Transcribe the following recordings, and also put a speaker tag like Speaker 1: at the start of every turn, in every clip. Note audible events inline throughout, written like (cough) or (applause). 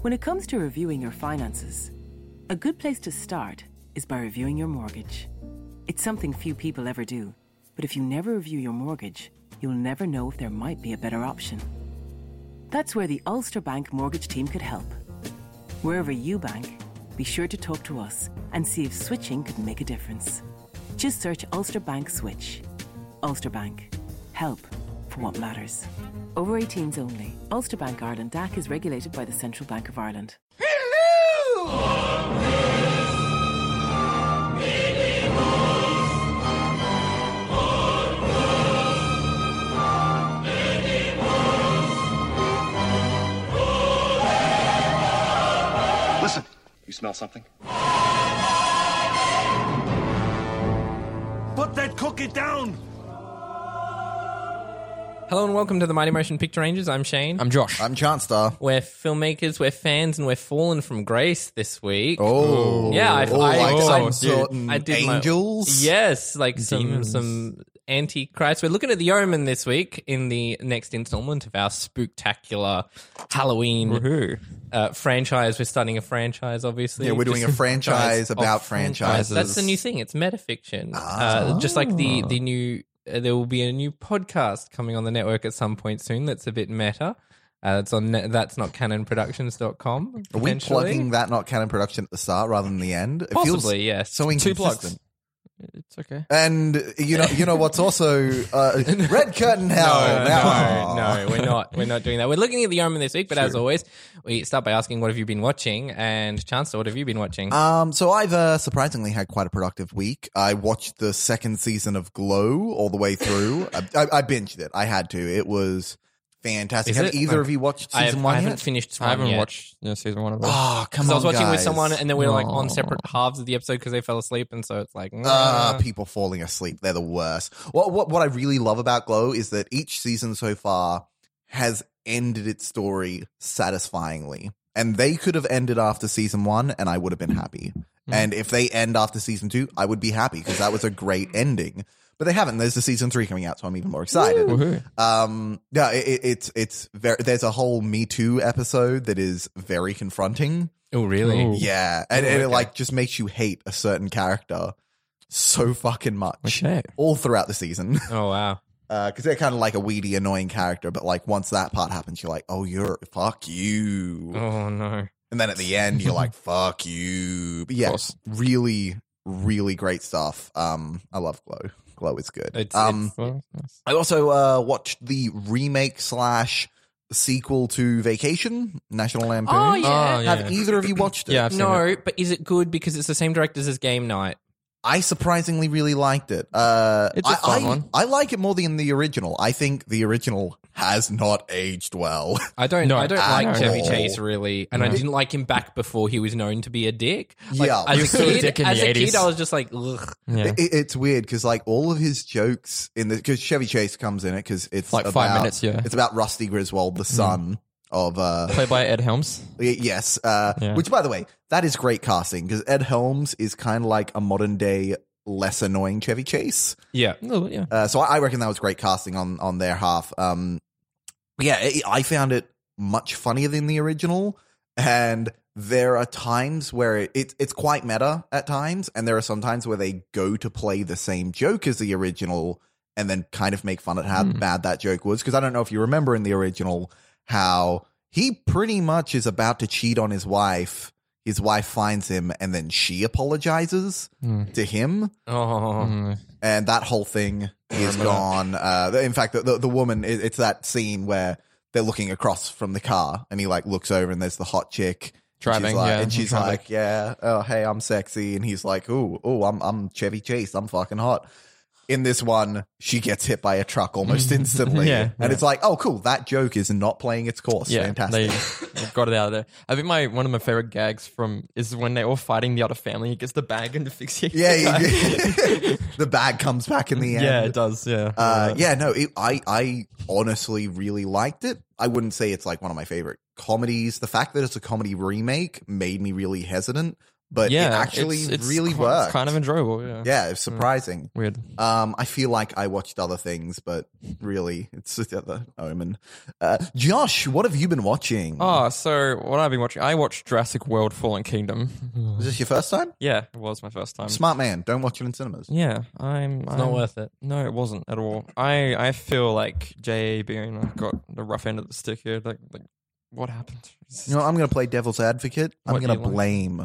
Speaker 1: When it comes to reviewing your finances, a good place to start is by reviewing your mortgage. It's something few people ever do, but if you never review your mortgage, you'll never know if there might be a better option. That's where the Ulster Bank mortgage team could help. Wherever you bank, be sure to talk to us and see if switching could make a difference. Just search Ulster Bank Switch. Ulster Bank. Help for what matters. Over 18s only. Ulster Bank Ireland DAC is regulated by the Central Bank of Ireland.
Speaker 2: Listen. You smell something?
Speaker 3: Put that cookie down!
Speaker 4: Hello and welcome to the Mighty Motion Picture Rangers. I'm Shane.
Speaker 5: I'm Josh. I'm Chanstar.
Speaker 4: we're filmmakers, we're fans, and we're fallen from grace this week.
Speaker 5: Oh,
Speaker 4: yeah, I,
Speaker 5: Oh,
Speaker 4: I,
Speaker 5: like
Speaker 4: I-
Speaker 5: some
Speaker 4: I
Speaker 5: certain
Speaker 4: I did my-
Speaker 5: angels?
Speaker 4: yes, like some some antichrist. We're looking at the omen this week in the next installment of our spectacular Halloween uh, franchise. We're starting a franchise, obviously.
Speaker 5: Yeah, we're doing
Speaker 4: Just
Speaker 5: a franchise
Speaker 4: of
Speaker 5: about franchises. Ah.
Speaker 4: That's the new thing. It's metafiction. Uh, just like the the new, uh, there will be a new podcast coming on the network at some point soon. That's a bit meta. Uh, it's on ne- that's not canonproductions.com.
Speaker 5: Are we plugging that not canon production at the start rather than the end? It
Speaker 4: Possibly, yes.
Speaker 5: So
Speaker 4: Two
Speaker 5: inconsistent.
Speaker 4: plugs. It's okay.
Speaker 5: And you know, you know what's also
Speaker 4: (laughs)
Speaker 5: uh, red curtain hell. now.
Speaker 4: Uh, no, no, we're not. We're not doing that. We're looking at the omen this week, but as always, we start by asking, "What have you been watching?" And Chancellor, what have you been watching?
Speaker 5: Um, so I've uh, surprisingly had quite a productive week. I watched the second season of Glow all the way through. I, I, I binged it. I had to. It was fantastic.
Speaker 4: Is
Speaker 5: have
Speaker 4: it?
Speaker 5: either of you watched
Speaker 4: I,
Speaker 5: season
Speaker 4: have,
Speaker 5: one
Speaker 4: I haven't
Speaker 5: yet?
Speaker 4: finished.
Speaker 6: I haven't
Speaker 4: one yet.
Speaker 6: watched you know, season one of it.
Speaker 5: Oh, come
Speaker 4: 'Cause
Speaker 5: on!
Speaker 4: I was watching with
Speaker 5: guys.
Speaker 4: someone, and then we were like on separate halves of the episode because they fell asleep, and so it's like,
Speaker 5: Ah,
Speaker 4: nah.
Speaker 5: people falling asleep. They're the worst. What, what what I really love about Glow is that each season so far has ended its story satisfyingly. And they could have ended after season one, and I would have been happy. And if they end after season two, I would be happy because that was a great ending. But they haven't. There's the season three coming out, so I'm even more excited.
Speaker 6: Woohoo.
Speaker 5: Um, yeah, it, it, it's it's very. There's a whole Me Too episode that is very confronting.
Speaker 4: oh really?
Speaker 6: Ooh.
Speaker 5: Yeah, and, and it like just makes you hate a certain character so fucking much
Speaker 6: Okay.
Speaker 5: all throughout the season (laughs) because
Speaker 4: Oh wow.
Speaker 5: they're kind of like a weedy, annoying character. But like once that part happens, you're like, oh, you're fuck you,
Speaker 4: Oh no.
Speaker 5: and then at the end,
Speaker 4: (laughs)
Speaker 5: you're like, fuck you. But yeah,
Speaker 6: course.
Speaker 5: really, really great stuff. Um, I love Glow. Glow is good.
Speaker 4: It's-
Speaker 5: um,
Speaker 6: Well, nice.
Speaker 5: I also uh watched the remake slash sequel to Vacation, National Lampoon.
Speaker 4: Oh, (laughs) yeah.
Speaker 6: Oh, yeah.
Speaker 5: Have either of you watched it?
Speaker 6: Yeah, I've seen it.
Speaker 4: No, but is it good because it's the same directors as Game Night?
Speaker 5: I surprisingly really liked it. Uh,
Speaker 6: It's a
Speaker 5: I-
Speaker 6: fun
Speaker 5: I,
Speaker 6: one.
Speaker 5: I like it more than the original. I think the original has not aged well.
Speaker 4: I don't.
Speaker 6: No,
Speaker 4: I don't
Speaker 5: at
Speaker 4: like
Speaker 5: all.
Speaker 4: Chevy Chase really, and I
Speaker 6: No.
Speaker 4: didn't like him back before he was known to be a dick. Like,
Speaker 5: Yeah.
Speaker 4: as
Speaker 6: You
Speaker 4: a
Speaker 6: still a
Speaker 4: kid,
Speaker 6: dick in
Speaker 4: as
Speaker 6: the
Speaker 4: a kid,
Speaker 6: 80s.
Speaker 4: I was just like, ugh.
Speaker 6: (laughs) Yeah.
Speaker 5: It, it's weird because like all of his jokes in the because Chevy Chase comes in it because it's
Speaker 6: Like
Speaker 5: about,
Speaker 6: five minutes, yeah. Mm.
Speaker 5: it's about Rusty Griswold, the son of uh,
Speaker 6: Played by Ed Helms.
Speaker 5: Y- Yes. Uh,
Speaker 6: Yeah.
Speaker 5: Which, by the way, that is great casting because Ed Helms is kind of like a modern day less annoying Chevy Chase.
Speaker 4: Yeah.
Speaker 6: No, yeah.
Speaker 5: Uh, so I, I reckon that was great casting on on their half. Um, yeah, it, I found it much funnier than the original, and there are times where it, it it's quite meta at times, and there are some times where they go to play the same joke as the original, and then kind of make fun at how bad that joke was. Because I don't know if you remember in the original how he pretty much is about to cheat on his wife. His wife finds him, and then she apologizes to him
Speaker 4: Oh.
Speaker 5: Mm-hmm. and that whole thing is gone. Uh, the- in fact, the, the, the woman, it, it's that scene where they're looking across from the car and he like looks over and there's the hot chick. and she's
Speaker 6: Driving,
Speaker 5: like,
Speaker 6: yeah,
Speaker 5: and she's
Speaker 6: driving.
Speaker 5: like, yeah, oh, hey, I'm sexy. And he's like, oh, oh, I'm, I'm Chevy Chase. I'm fucking hot. in this one, she gets hit by a truck almost instantly.
Speaker 6: (laughs) Yeah,
Speaker 5: and
Speaker 6: yeah.
Speaker 5: it's like, oh, cool. That joke is not playing its course.
Speaker 6: Yeah,
Speaker 5: Fantastic.
Speaker 6: (laughs) They, they got it out of there. I think my one of my favorite gags from is when they're all fighting the other family. He gets the bag and (laughs) asphyxiates.
Speaker 5: yeah. (laughs)
Speaker 6: the
Speaker 5: you- (laughs) the bag comes back in the
Speaker 6: guy.
Speaker 5: end.
Speaker 6: (laughs) yeah, it does. Yeah,
Speaker 5: Uh, yeah, no, it, I I honestly really liked it. I wouldn't say it's like one of my favorite comedies. The fact that it's a comedy remake made me really hesitant, but it actually
Speaker 6: it's- it's
Speaker 5: really
Speaker 6: ki-
Speaker 5: worked.
Speaker 6: It's kind of enjoyable. Yeah,
Speaker 5: yeah, it's surprising.
Speaker 6: weird.
Speaker 5: Um, I feel like I watched other things, but really, it's the other Omen. Uh, Josh, what have you been watching?
Speaker 6: Oh, so what I've been watching, I watched Jurassic World: Fallen Kingdom.
Speaker 5: Is (laughs) this your first time?
Speaker 6: Yeah, it was my first time.
Speaker 5: Smart man, don't watch it in cinemas.
Speaker 6: Yeah, I'm.
Speaker 4: It's not worth it.
Speaker 6: No, it wasn't at all. I I feel like J.A. Bean got the rough end of the stick here. Like, like what happened?
Speaker 5: You know, what? I'm going to play devil's advocate. I'm
Speaker 6: What do
Speaker 5: going
Speaker 6: you
Speaker 5: to
Speaker 6: like?
Speaker 5: blame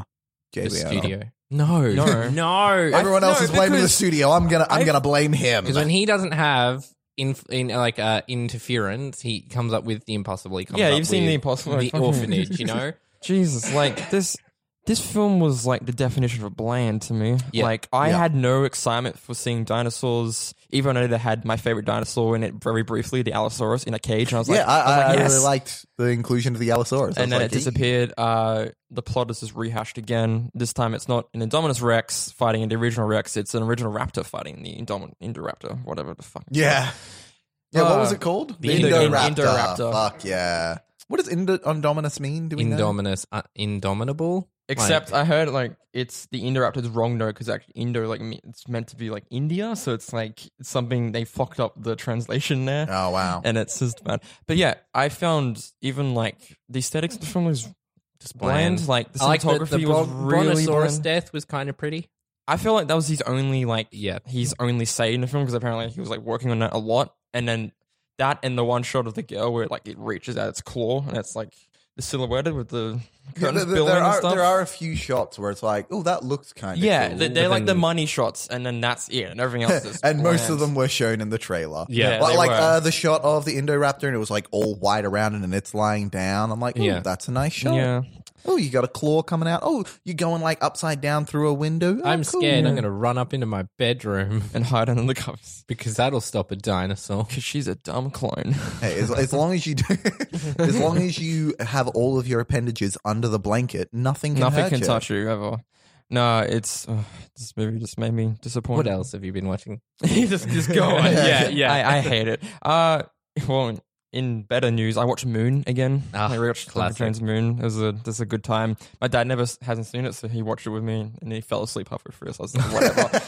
Speaker 4: The
Speaker 5: JBL.
Speaker 4: studio.
Speaker 6: no,
Speaker 4: (laughs)
Speaker 6: no,
Speaker 4: No.
Speaker 5: Everyone else
Speaker 6: No,
Speaker 5: is blaming the
Speaker 6: because-
Speaker 5: studio. I'm gonna, I'm
Speaker 6: I-
Speaker 5: gonna blame him.
Speaker 4: Because when he doesn't have in, in like uh, interference, he comes up with the impossible. He comes
Speaker 6: Yeah,
Speaker 4: up
Speaker 6: you've seen
Speaker 4: with
Speaker 6: The Impossible.
Speaker 4: the
Speaker 6: (laughs) Fucking-
Speaker 4: orphanage. You know,
Speaker 6: Jesus, like this this film was like the definition of bland to me.
Speaker 4: Yeah.
Speaker 6: Like I
Speaker 5: Yeah.
Speaker 6: had no excitement for seeing dinosaurs, even though they had my favorite dinosaur in it very briefly, the Allosaurus, in a cage, and I was like,
Speaker 5: yeah, I, I,
Speaker 6: was like,
Speaker 5: I
Speaker 6: yes.
Speaker 5: really liked the inclusion of the Allosaurus. I was
Speaker 6: and then
Speaker 5: like,
Speaker 6: it disappeared. Uh, the plot is just rehashed again. This time it's not an Indominus Rex fighting the original Rex. It's an original Raptor fighting the Indomin- Indoraptor, whatever the fuck.
Speaker 5: Yeah. Yeah, what
Speaker 6: Uh,
Speaker 5: was it called?
Speaker 4: the Indo-
Speaker 6: Indoraptor.
Speaker 5: Fuck yeah. What does Indo- Indominus mean? Do (laughs) we know?
Speaker 4: Indominus, uh, indomitable.
Speaker 6: Except I heard like it's the Indoraptor's wrong note because actually Indo like me- it's meant to be like India, so it's like something they fucked up the translation there.
Speaker 5: Oh, wow.
Speaker 6: and it's just bad. But yeah, I found even like the aesthetics of the film was just bland.
Speaker 4: Bland.
Speaker 6: Like the
Speaker 4: I like that
Speaker 6: cinematography
Speaker 4: the
Speaker 6: was
Speaker 4: Bron-
Speaker 6: really
Speaker 4: Brontosaurus
Speaker 6: bland.
Speaker 4: death was kind of pretty.
Speaker 6: I feel like that was his only like
Speaker 4: Yeah.
Speaker 6: his only say in the film because apparently he was like working on it a lot, and then that and the one shot of the girl where like it reaches out its claw and it's like the silhouetted with the
Speaker 5: Yeah,
Speaker 6: curtains
Speaker 5: there, there
Speaker 6: billowing and
Speaker 5: are,
Speaker 6: stuff.
Speaker 5: there are a few shots where it's like, oh, that looks kind of
Speaker 6: yeah,
Speaker 5: cool.
Speaker 6: they- they're like the
Speaker 4: then-
Speaker 6: money shots, and then that's it, and
Speaker 5: (laughs)
Speaker 6: everything else is
Speaker 5: and most of
Speaker 6: bland.
Speaker 5: them were shown in the trailer.
Speaker 4: Yeah,
Speaker 5: Like,
Speaker 6: they
Speaker 5: like
Speaker 6: were.
Speaker 5: uh, the shot of the Indoraptor and it was like all wide around it and it's lying down. I'm like, oh,
Speaker 4: Yeah.
Speaker 5: that's a nice shot.
Speaker 6: Yeah.
Speaker 5: Oh, you got a claw coming out. Oh, you're going like upside down through a window. Oh,
Speaker 4: I'm
Speaker 5: cool.
Speaker 4: scared. I'm going to run up into my bedroom (laughs)
Speaker 6: and hide under the covers
Speaker 4: because that'll stop a dinosaur. (laughs)
Speaker 6: because she's a dumb clone. (laughs)
Speaker 5: Hey, as, as long as you do, (laughs) as long as you have all of your appendages under the blanket, nothing can
Speaker 6: Nothing
Speaker 5: hurt
Speaker 6: can
Speaker 5: you.
Speaker 6: touch you ever. No, it's ugh, this movie just made me
Speaker 4: What
Speaker 6: disappointed.
Speaker 4: else have you been watching?
Speaker 6: just just go on.
Speaker 5: Yeah,
Speaker 6: Yeah,
Speaker 4: yeah.
Speaker 6: yeah. I, I hate it. Uh, well, in better news, I watched Moon again.
Speaker 4: Ah,
Speaker 6: I rewatched Doctor
Speaker 4: classic.
Speaker 6: Strange Moon. It was a this is a good time. My dad never s- hasn't seen it, so he watched it with me, and he fell asleep halfway through. So I was like, whatever.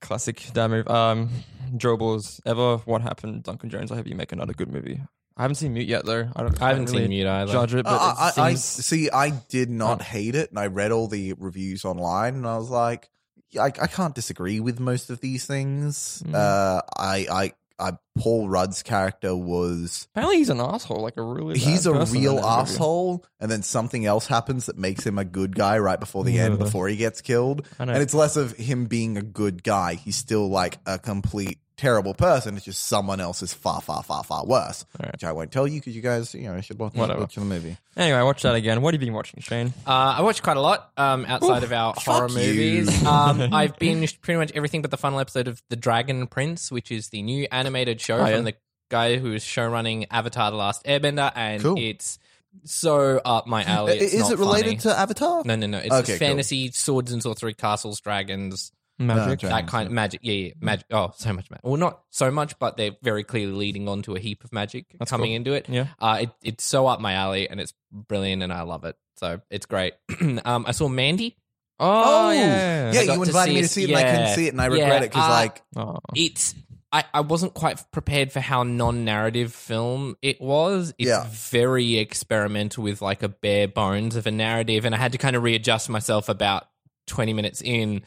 Speaker 6: Classic dad move. Um, Joe Balls, ever what happened? Duncan Jones. I hope you make another good movie. I haven't seen Mute yet, though. I don't.
Speaker 4: I haven't
Speaker 6: can't
Speaker 4: seen
Speaker 6: really
Speaker 4: Mute either.
Speaker 6: Judge it, but
Speaker 5: Uh, I,
Speaker 6: it
Speaker 5: I, I
Speaker 6: seems-
Speaker 5: see. I did not hate it, and I read all the reviews online, and I was like, yeah, I, I can't disagree with most of these things.
Speaker 6: Mm.
Speaker 5: Uh, I, I, I, Paul Rudd's character was.
Speaker 6: apparently he's an asshole. Like a really.
Speaker 5: He's
Speaker 6: bad
Speaker 5: a
Speaker 6: person in
Speaker 5: real
Speaker 6: that movie.
Speaker 5: asshole, and then something else happens that makes him a good guy right before the end,
Speaker 6: Yeah.
Speaker 5: before he gets killed.
Speaker 6: Mm-hmm. I know.
Speaker 5: And it's less of him being a good guy. He's still like a complete terrible person. It's just someone else is far, far, far, far worse,
Speaker 6: Alright.
Speaker 5: which I won't tell you because you guys, you know, should watch,
Speaker 6: Whatever.
Speaker 5: watch the movie.
Speaker 6: Anyway, I watched that again. What have you been watching, Shane?
Speaker 4: Uh, I watch quite a lot um, outside of our horror
Speaker 5: you. (laughs)
Speaker 4: movies. Um, I've binged pretty much everything but the final episode of The Dragon Prince, which is the new animated
Speaker 5: Oh,
Speaker 4: show
Speaker 6: yeah.
Speaker 4: from the guy who is show running Avatar: The Last Airbender, and
Speaker 5: Cool. Uh,
Speaker 4: it's so up my alley. It's
Speaker 5: is
Speaker 4: not
Speaker 5: it related
Speaker 4: funny.
Speaker 5: to Avatar?
Speaker 4: No, no, no. It's
Speaker 5: Okay,
Speaker 4: just
Speaker 5: cool.
Speaker 4: fantasy, swords and sorcery, castles, dragons,
Speaker 6: Magic.
Speaker 5: No,
Speaker 4: that kind of magic. Yeah,
Speaker 6: Mm.
Speaker 4: yeah, magic. Oh, so much magic. Well, not so much, but they're very clearly leading on to a heap of magic coming
Speaker 6: cool.
Speaker 4: into it.
Speaker 6: Yeah.
Speaker 4: Uh, it, it's so up my alley and it's brilliant and I love it. So it's great. (clears throat) um, I saw Mandy.
Speaker 6: Oh,
Speaker 5: yeah,
Speaker 6: yeah.
Speaker 4: I got
Speaker 5: you
Speaker 4: to
Speaker 5: invited me to see
Speaker 4: see
Speaker 5: it,
Speaker 4: it.
Speaker 5: and I
Speaker 4: Yeah.
Speaker 5: couldn't see it, and I regret
Speaker 4: Yeah,
Speaker 5: it 'cause it because,
Speaker 4: uh,
Speaker 5: like,
Speaker 6: Oh.
Speaker 4: It's. I, I wasn't quite prepared for how non-narrative film it was. It's
Speaker 5: Yeah.
Speaker 4: very experimental with like a bare bones of a narrative, and I had to kind of readjust myself about twenty minutes in.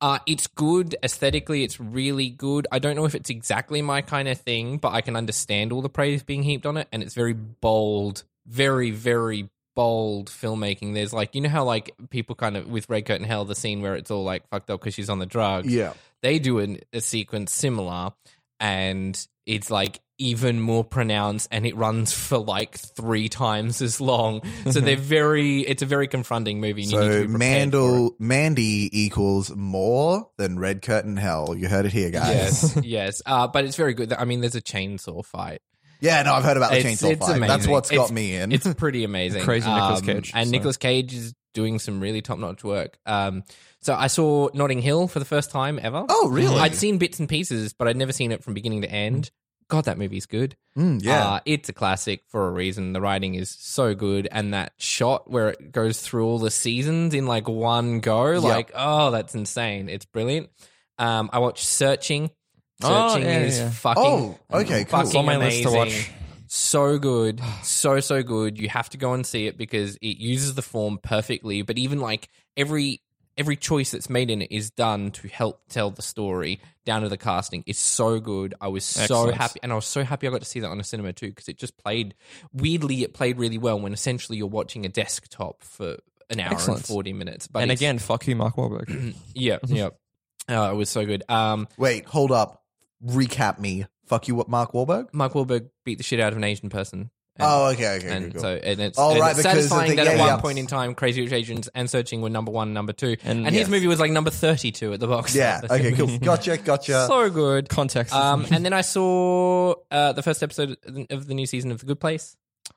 Speaker 4: Uh, it's good aesthetically. It's really good. I don't know if it's exactly my kind of thing, but I can understand all the praise being heaped on it, and it's very bold, very very bold filmmaking. There's like you know how like people kind of with Red Coat and Hell, the scene where it's all like fucked up because she's on the drugs
Speaker 5: yeah,
Speaker 4: they do an, a sequence similar and it's like even more pronounced and it runs for like three times as long.
Speaker 5: (laughs)
Speaker 4: So they're very, it's a very confronting movie. And you need
Speaker 5: So
Speaker 4: to be prepared for it.
Speaker 5: Mandel Mandy equals more than Red Curtain Hell. You heard it here, guys. (laughs)
Speaker 4: Yes, yes. Uh, but it's very good. I mean, there's a chainsaw fight.
Speaker 5: Yeah, no, I've heard about the
Speaker 4: It's-
Speaker 5: chainsaw
Speaker 4: it's
Speaker 5: fight. That's
Speaker 4: amazing.
Speaker 5: what's got
Speaker 4: It's-
Speaker 5: me in.
Speaker 4: It's pretty
Speaker 5: (laughs)
Speaker 4: amazing. Um,
Speaker 6: Crazy Nicolas Cage,
Speaker 4: And
Speaker 6: so.
Speaker 4: Nicolas Cage is doing some really top notch work. Um, so I saw Notting Hill for the first time ever.
Speaker 5: Oh, really?
Speaker 4: I'd seen bits and pieces, but I'd never seen it from beginning to end. God, that movie's good.
Speaker 5: Mm, yeah,
Speaker 4: Uh, it's a classic for a reason. The writing is so good, and that shot where it goes through all the seasons in like one go, like oh, that's insane. It's brilliant. Um, I watched Searching.
Speaker 6: Oh,
Speaker 4: Searching
Speaker 6: yeah,
Speaker 4: is
Speaker 6: yeah.
Speaker 4: fucking.
Speaker 5: Oh, okay, cool.
Speaker 4: fucking
Speaker 5: It's on
Speaker 6: my list to
Speaker 4: amazing.
Speaker 6: watch.
Speaker 4: So good, so so good. You have to go and see it because it uses the form perfectly. But even like every every choice that's made in it is done to help tell the story down to the casting. It's so good. I was so
Speaker 6: Excellent.
Speaker 4: happy, and I was so happy I got to see that on a cinema too because it just played weirdly. It played really well when essentially you're watching a desktop for an hour
Speaker 6: Excellent.
Speaker 4: and forty minutes. But
Speaker 6: and
Speaker 4: it's-
Speaker 6: again, Mm-hmm. fuck you,
Speaker 4: (clears throat)
Speaker 6: Mark Wahlberg.
Speaker 4: yeah, yeah. Uh, it was so good. Um,
Speaker 5: Wait, hold up. Recap me. Fuck you, what Mark Wahlberg?
Speaker 4: Mark Wahlberg beat the shit out of an Asian person. And-
Speaker 5: Oh, okay, okay,
Speaker 4: and
Speaker 5: okay, cool.
Speaker 4: so and it's,
Speaker 5: Oh,
Speaker 4: and
Speaker 5: right,
Speaker 4: it's
Speaker 5: because of
Speaker 4: satisfying
Speaker 5: the-
Speaker 4: that
Speaker 5: yeah,
Speaker 4: at one
Speaker 5: yeah.
Speaker 4: point in time, Crazy Rich Asians and Searching were number one, and number two, and,
Speaker 6: And-
Speaker 4: his
Speaker 6: Yes.
Speaker 4: movie was like number thirty-two at the box. (laughs)
Speaker 5: yeah,
Speaker 4: office.
Speaker 5: okay, cool. Gotcha, gotcha.
Speaker 4: so good.
Speaker 6: Context.
Speaker 4: Um,
Speaker 6: (laughs)
Speaker 4: and then I saw uh, the first episode of the new season of The Good Place.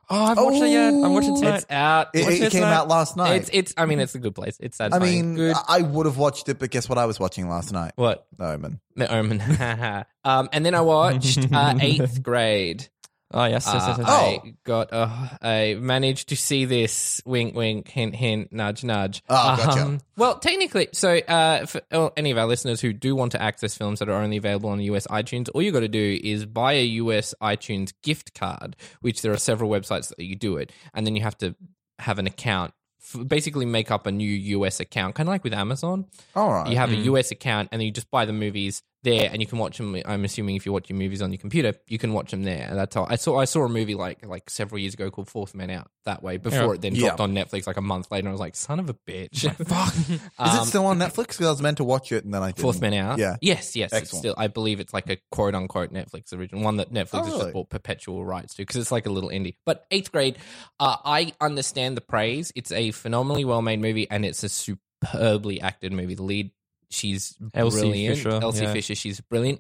Speaker 6: oh, I've watched it yet. I'm watching tonight.
Speaker 4: It's out.
Speaker 5: Oh. it,
Speaker 4: Watch
Speaker 5: it
Speaker 4: it
Speaker 5: came
Speaker 4: tonight.
Speaker 5: out last night.
Speaker 4: It's it's. I mean, it's The Good Place. It's
Speaker 5: I
Speaker 4: satisfying.
Speaker 5: mean,
Speaker 4: good.
Speaker 5: I would have watched it, but guess what I was watching last night?
Speaker 4: what (laughs)
Speaker 5: Omen.
Speaker 4: The Omen? um, and then I watched uh, Eighth Grade.
Speaker 6: oh yes, yes, yes. yes.
Speaker 4: Uh, I got. Uh, I managed to see this. Wink, wink. Hint, hint. Nudge, nudge. Um,
Speaker 5: Oh, gotcha.
Speaker 4: well, technically, so uh, for oh, any of our listeners who do want to access films that are only available on US iTunes, all you got to do is buy a US iTunes gift card, which there are several websites that you do it, and then you have to have an account. f- Basically, make up a new US account, kind of like with Amazon.
Speaker 5: All right.
Speaker 4: You have a US account, and then you just buy the movies there, and you can watch them. I'm assuming if you're watching movies on your computer, you can watch them there. And that's how I saw. I saw a movie like like several years ago called Fourth Man Out that way before
Speaker 6: Yeah.
Speaker 4: it then
Speaker 5: Yeah.
Speaker 4: dropped on Netflix like a month later. And I was like, son of a bitch, (laughs)
Speaker 5: Fuck. Is it still on Netflix? Because I was meant to watch it and then I didn't.
Speaker 4: um, Fourth Man Out.
Speaker 5: Yeah.
Speaker 4: Yes, yes. It's
Speaker 5: Excellent.
Speaker 4: still, I believe it's like a quote unquote Netflix original, one that Netflix
Speaker 5: Oh,
Speaker 4: has
Speaker 5: really?
Speaker 4: just bought perpetual rights to because it's like a little indie. But eighth grade, uh, I understand the praise. It's a phenomenally well made movie and it's a superbly acted movie. The lead, she's
Speaker 6: Elsie
Speaker 4: brilliant.
Speaker 6: Fisher,
Speaker 4: Elsie
Speaker 6: yeah.
Speaker 4: Fisher, she's brilliant.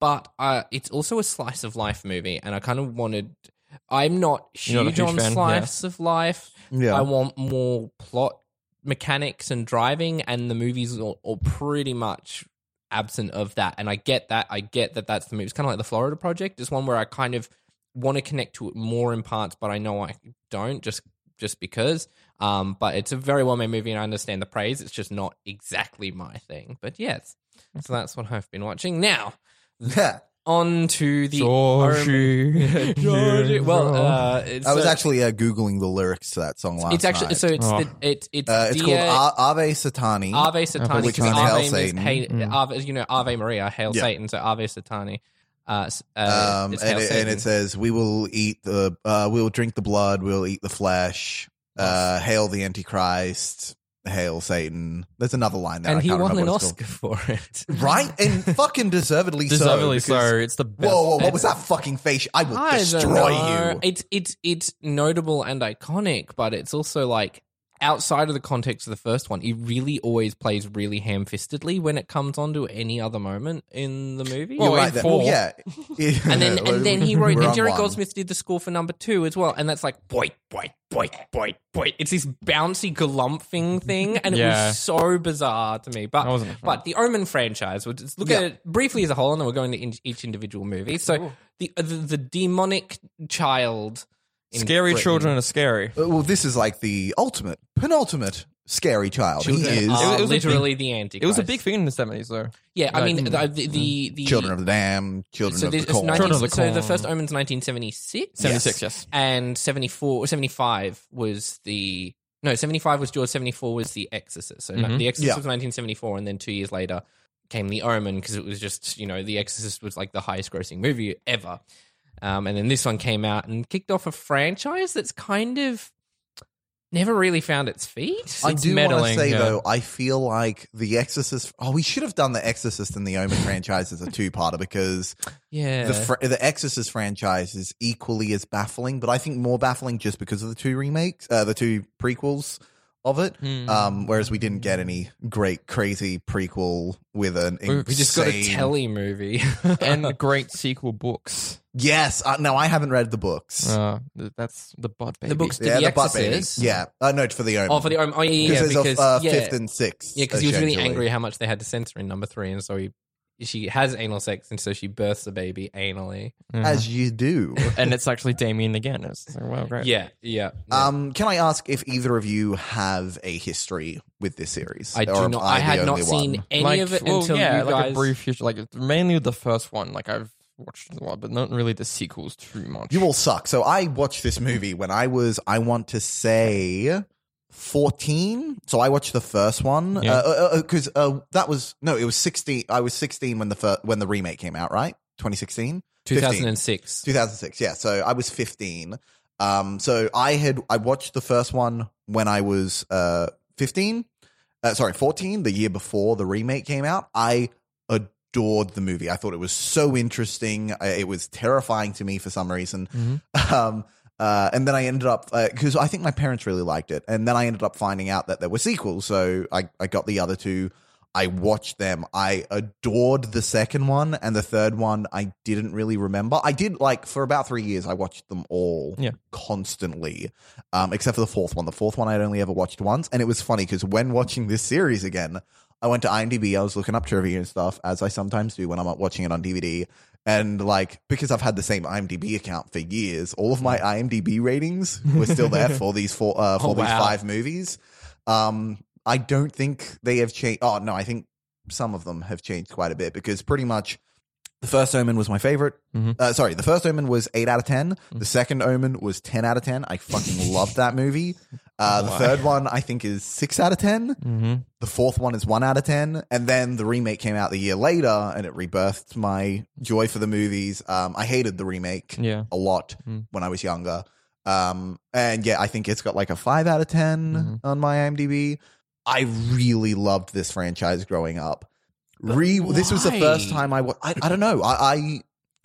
Speaker 4: But uh, it's also a slice of life movie, and I kind of wanted. I'm not huge,
Speaker 6: You're not a huge
Speaker 4: on
Speaker 6: fan, yeah.
Speaker 4: slice of life.
Speaker 5: Yeah.
Speaker 4: I want more plot mechanics and driving, and the movies are, are pretty much absent of that. And I get that. I get that that's the movie. It's kind of like the Florida Project. It's one where I kind of want to connect to it more in parts, but I know I don't just just because. Um, but it's a very well made movie, and I understand the praise. It's just not exactly my thing. But yes, so that's what I've been watching. Now
Speaker 5: (laughs) Yeah.
Speaker 4: on to the (laughs)
Speaker 6: Georgie. (laughs)
Speaker 4: Georgie. Well, uh, it's
Speaker 5: I was
Speaker 4: uh,
Speaker 5: actually uh, Googling the lyrics to that song last
Speaker 4: It's actually
Speaker 5: night.
Speaker 4: so it's
Speaker 6: Oh.
Speaker 4: the, it, it's
Speaker 5: uh, it's
Speaker 4: Dear-
Speaker 5: called A- Ave Satani.
Speaker 4: Ave Satani,
Speaker 5: Which
Speaker 4: because
Speaker 5: means
Speaker 4: Ave
Speaker 5: Hail
Speaker 4: means
Speaker 5: Satan.
Speaker 4: Hey,
Speaker 6: Mm.
Speaker 4: Ave, as you know, Ave Maria, Hail
Speaker 5: Yeah.
Speaker 4: Satan. So Ave Satani. Uh, s- uh,
Speaker 5: um,
Speaker 4: it's Hail
Speaker 5: and, it, and
Speaker 4: Satan.
Speaker 5: it says, "We will eat the, uh, we will drink the blood, we will eat the flesh. Uh, hail the Antichrist, hail Satan." There's another line there,
Speaker 4: And
Speaker 5: I
Speaker 4: he
Speaker 5: can't
Speaker 4: won an
Speaker 5: remember what it's
Speaker 4: Oscar for
Speaker 5: (laughs)
Speaker 4: it.
Speaker 5: called. right?
Speaker 4: (laughs)
Speaker 5: And fucking deservedly,
Speaker 6: Deservedly
Speaker 5: so. because-
Speaker 6: so. It's the best.
Speaker 5: Whoa, whoa! What was that fucking face? I will
Speaker 4: I don't
Speaker 5: destroy
Speaker 4: know.
Speaker 5: you.
Speaker 4: It's it's it's notable and iconic, but it's also like outside of the context of the first one, it really always plays really ham-fistedly when it comes on to any other moment in the movie.
Speaker 5: You're
Speaker 6: Well,
Speaker 5: right
Speaker 6: in
Speaker 5: there.
Speaker 4: (laughs)
Speaker 6: four.
Speaker 5: yeah.
Speaker 4: and then and then
Speaker 6: (laughs)
Speaker 4: he wrote
Speaker 5: We're
Speaker 4: and
Speaker 5: on
Speaker 4: Jerry
Speaker 5: one.
Speaker 4: Goldsmith did the score for number two as well, and that's like boy boy boy boy boy. It's this bouncy galumphing thing, and it
Speaker 6: Yeah.
Speaker 4: was so bizarre to me.
Speaker 6: That wasn't a
Speaker 4: But
Speaker 6: fan.
Speaker 4: but the Omen franchise, we'll just look at it briefly as a whole, and then we'll go into in- each individual movie. So the, uh, the the demonic child, in
Speaker 6: Scary
Speaker 4: Britain.
Speaker 6: children are scary.
Speaker 5: Uh, Well, this is like the ultimate, penultimate scary child.
Speaker 4: Children
Speaker 5: he is
Speaker 4: are
Speaker 6: It was a big-
Speaker 4: literally the anti.
Speaker 6: It was a big thing in the
Speaker 4: (laughs)
Speaker 6: seventies, though.
Speaker 4: Yeah, I
Speaker 6: like-
Speaker 4: mean the the, the, the
Speaker 5: children of the dam, children
Speaker 4: so
Speaker 5: of the
Speaker 4: this, it's
Speaker 5: corn.
Speaker 4: 19,
Speaker 6: Children of the
Speaker 4: so the
Speaker 6: Corn.
Speaker 4: first Omen's 1976.
Speaker 6: Seventy six, yes.
Speaker 4: and 74 or 75 was the no 75 was Jaws 74 was the Exorcist so
Speaker 6: Mhm.
Speaker 4: the Exorcist
Speaker 5: Yeah.
Speaker 4: was 1974 and then 2 years later came the Omen because it was just you know the Exorcist was like the highest grossing movie ever um, and then this one came out and kicked off a franchise that's kind of never really found its feet.
Speaker 5: I
Speaker 4: It's
Speaker 5: do want to
Speaker 4: meddling,
Speaker 5: say
Speaker 4: yeah.
Speaker 5: though, I feel like The Exorcist. Oh, we should have done The Exorcist and The Omen franchise as a two-parter because
Speaker 4: (laughs) yeah,
Speaker 5: the fr- the Exorcist franchise is equally as baffling, but I think more baffling just because of the two remakes, uh, the two prequels of it.
Speaker 4: Hmm.
Speaker 5: Um, whereas we didn't get any great crazy prequel with an
Speaker 4: we, we just got a
Speaker 5: insane-
Speaker 4: telly
Speaker 5: (laughs)
Speaker 4: movie.
Speaker 6: and great sequel books.
Speaker 5: Yes, uh, no, I haven't reid the books.
Speaker 6: Uh, th- that's the butt baby.
Speaker 4: the books to
Speaker 5: yeah,
Speaker 4: the,
Speaker 5: the butt baby.
Speaker 4: Exorcist.
Speaker 5: Yeah, uh, no, for the Omen.
Speaker 4: Oh, for the oh, yeah, yeah,
Speaker 5: because
Speaker 4: yeah,
Speaker 5: there's a
Speaker 4: because
Speaker 5: uh,
Speaker 4: yeah,
Speaker 5: fifth and sixth.
Speaker 4: yeah, because he was really
Speaker 5: essentially.
Speaker 4: angry how much they had to censor in number three, and so he she has anal sex, and so she births a baby anally.
Speaker 6: Yeah.
Speaker 5: as you
Speaker 4: (laughs)
Speaker 5: do.
Speaker 6: and it's actually Damien again. It's like, wow, great.
Speaker 4: Yeah, yeah. yeah.
Speaker 5: Um, can I ask if either of you have a history with this series?
Speaker 4: I do
Speaker 5: Or am
Speaker 4: not. I
Speaker 5: the
Speaker 4: had not
Speaker 5: only
Speaker 4: seen
Speaker 5: one?
Speaker 4: any
Speaker 6: Like,
Speaker 4: of it
Speaker 6: well,
Speaker 4: until
Speaker 6: yeah,
Speaker 4: you guys.
Speaker 6: like a brief history, like mainly the first one. Like I've watched a lot, but not really the sequels too much.
Speaker 5: You all suck. So I watched this movie when I was, I want to say, fourteen. So I watched the first one because
Speaker 6: Yeah.
Speaker 5: uh, uh, 'cause, uh, that was no, it was sixteen. I was sixteen when the fir- when the remake came out, right? Twenty sixteen.
Speaker 4: 2006.
Speaker 5: 2006 yeah so i was 15 um so i had i watched the first one when i was uh 15 uh, sorry 14 the year before the remake came out i adored the movie i thought it was so interesting I, it was terrifying to me for some reason (laughs) um uh, and then I ended up because I think my parents really liked it, and then I ended up finding out that there were sequels. So I, I got the other two. I watched them. I adored the second one and the third one. I didn't really remember. I did like for about three years. I watched them all
Speaker 6: Yeah.
Speaker 5: constantly, um, except for the fourth one. The fourth one I'd only ever watched once, and it was funny because when watching this series again, I went to IMDb. I was looking up trivia and stuff, as I sometimes do when I'm not watching it on DVD. And like because I've had the same IMDb account for years, all of my IMDb ratings were
Speaker 4: (laughs)
Speaker 5: still there for these four uh, for
Speaker 4: Oh,
Speaker 5: these
Speaker 4: wow.
Speaker 5: five movies. Um, I don't think they have changed. Oh no, I think some of them have changed quite a bit because pretty much the first Omen was my favorite.
Speaker 6: Mhm.
Speaker 5: Uh, sorry, the first Omen was eight out of 10 The second Omen was ten out of ten. I fucking loved that movie. Uh, the
Speaker 6: Why?
Speaker 5: third one I think is six out of ten.
Speaker 6: hmm
Speaker 5: The fourth one is one out of ten, and then the remake came out the year later, and it rebirthed my joy for the movies. Um, I hated the remake
Speaker 6: Yeah.
Speaker 5: a lot
Speaker 6: Mm.
Speaker 5: when I was younger, um, and yeah, I think it's got like a five out of 10
Speaker 6: Mhm.
Speaker 5: on my IMDb. I really loved this franchise growing up. Re- this was the
Speaker 4: why?
Speaker 5: first time I wa- I, I don't know. I, I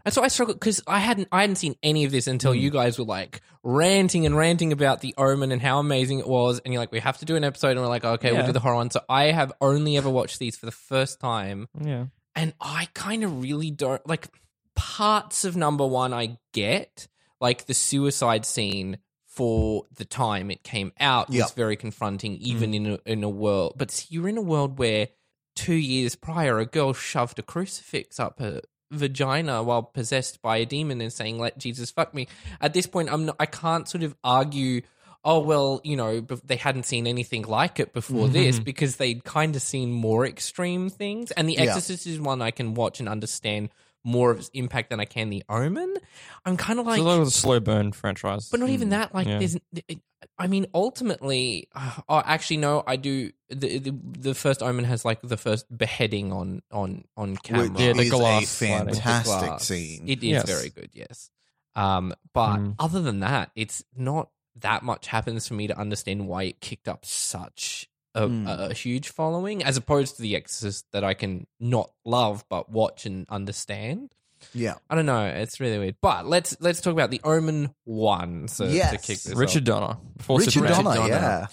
Speaker 4: And so I struggled because I hadn't I hadn't seen any of this until
Speaker 6: Hmm.
Speaker 4: you guys were like ranting and ranting about the Omen and how amazing it was, and you're like, we have to do an episode, and we're like, okay, we'll
Speaker 6: Yeah.
Speaker 4: do the horror one. So I have only ever watched these for the first time,
Speaker 6: Yeah.
Speaker 4: and I kind of really don't like parts of number one. I get like the suicide scene for the time it came out was
Speaker 5: Yeah.
Speaker 4: very confronting, even in a, in a world. But see, you're in a world where two years prior, a girl shoved a crucifix up her vagina while possessed by a demon and saying, "Let Jesus fuck me." At this point, I'm not. I can't sort of argue. Oh well, you know, bef- they hadn't seen anything like it before this because they'd kind of seen more extreme things. And The
Speaker 5: Yeah.
Speaker 4: Exorcist is one I can watch and understand more of its impact than I can The Omen. I'm kind of
Speaker 6: It's
Speaker 4: like,
Speaker 6: a lot of the slow burn franchise.
Speaker 4: but not even that. Like,
Speaker 6: Mm, Yeah.
Speaker 4: there's, I mean, ultimately, oh, actually, no, I do. The, the the first Omen has like the first beheading on on on camera.
Speaker 5: which
Speaker 6: Yeah, the
Speaker 5: is
Speaker 6: glass
Speaker 5: a
Speaker 6: sliding.
Speaker 4: with the
Speaker 5: fantastic
Speaker 4: glass.
Speaker 5: scene.
Speaker 4: It is
Speaker 6: Yes.
Speaker 4: very good, yes. Um, but
Speaker 6: Mm.
Speaker 4: other than that, it's not that much happens for me to understand why it kicked up such a,
Speaker 5: Mm.
Speaker 4: a, a huge following, as opposed to The Exorcist that I can not love but watch and understand.
Speaker 5: yeah,
Speaker 4: I don't know. It's really weird. But let's let's talk about the Omen one. So to
Speaker 5: Yes.
Speaker 4: kick this
Speaker 6: Richard
Speaker 4: off.
Speaker 6: Donner before
Speaker 5: Richard
Speaker 6: Superman.
Speaker 5: Donner,
Speaker 4: Donner.
Speaker 5: yeah,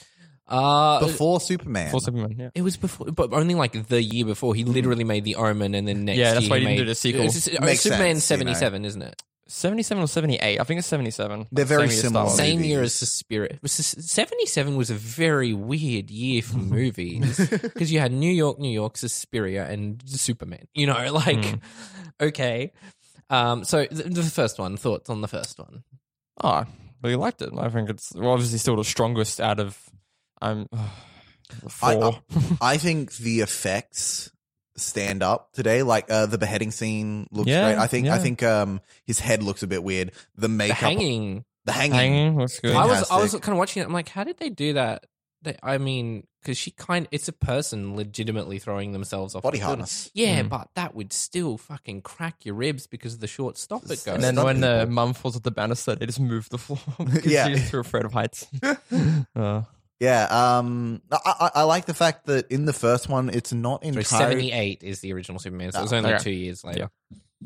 Speaker 4: Uh,
Speaker 5: before Superman.
Speaker 6: Before Superman, yeah.
Speaker 4: It was before, but only like the year before. He literally made The Omen, and then next
Speaker 6: Yeah, that's
Speaker 4: year
Speaker 6: why
Speaker 4: he
Speaker 6: he didn't
Speaker 4: made
Speaker 6: do the sequel.
Speaker 4: It's- it's-
Speaker 5: Makes
Speaker 4: Superman
Speaker 5: sense, you know.
Speaker 4: seventy seven, isn't it?
Speaker 6: 77 or 78. I think it's 77.
Speaker 5: They're
Speaker 6: Like,
Speaker 5: very
Speaker 6: same year
Speaker 5: similar.
Speaker 6: Star Wars.
Speaker 4: same
Speaker 5: movies.
Speaker 4: year as Suspiria. Was this- 77 was a very weird year
Speaker 5: (laughs)
Speaker 4: for movies because you had New York, New York, Suspiria, and Superman. You know, (laughs) like,
Speaker 6: Hmm.
Speaker 4: okay. Um, so the, the first one, thoughts on the first one?
Speaker 6: Oh, really liked it. I think it's well, obviously still the strongest out of um, (sighs) the four.
Speaker 5: I- I think the effects stand up today. Like uh, the beheading scene looks
Speaker 6: Yeah,
Speaker 5: great. I think I
Speaker 6: yeah.
Speaker 5: think um his head looks a bit weird. The
Speaker 4: The
Speaker 5: makeup,
Speaker 4: hanging.
Speaker 5: the hanging.
Speaker 6: Hanging looks good.
Speaker 4: I was I was
Speaker 5: Fantastic.
Speaker 4: kind of watching it. I'm like, how did they do that? they, I mean, because she kind it's a person legitimately throwing themselves off
Speaker 5: Body
Speaker 4: the building.
Speaker 5: harness.
Speaker 4: Yeah,
Speaker 6: Mm-hmm.
Speaker 4: but that would still fucking crack your ribs because of the short stop it goes.
Speaker 6: And then
Speaker 5: Stunt
Speaker 6: when the
Speaker 5: people.
Speaker 6: mum falls off the banister, they just move the floor (laughs)
Speaker 5: (laughs)
Speaker 6: because
Speaker 5: Yeah.
Speaker 6: she's too afraid
Speaker 5: (laughs)
Speaker 6: of heights. uh,
Speaker 5: Yeah, um, I, I, I like the fact that in the first one, it's not
Speaker 4: Sorry,
Speaker 5: entirely.
Speaker 4: 78 is the original Superman, so it was only
Speaker 6: okay.
Speaker 4: two years later.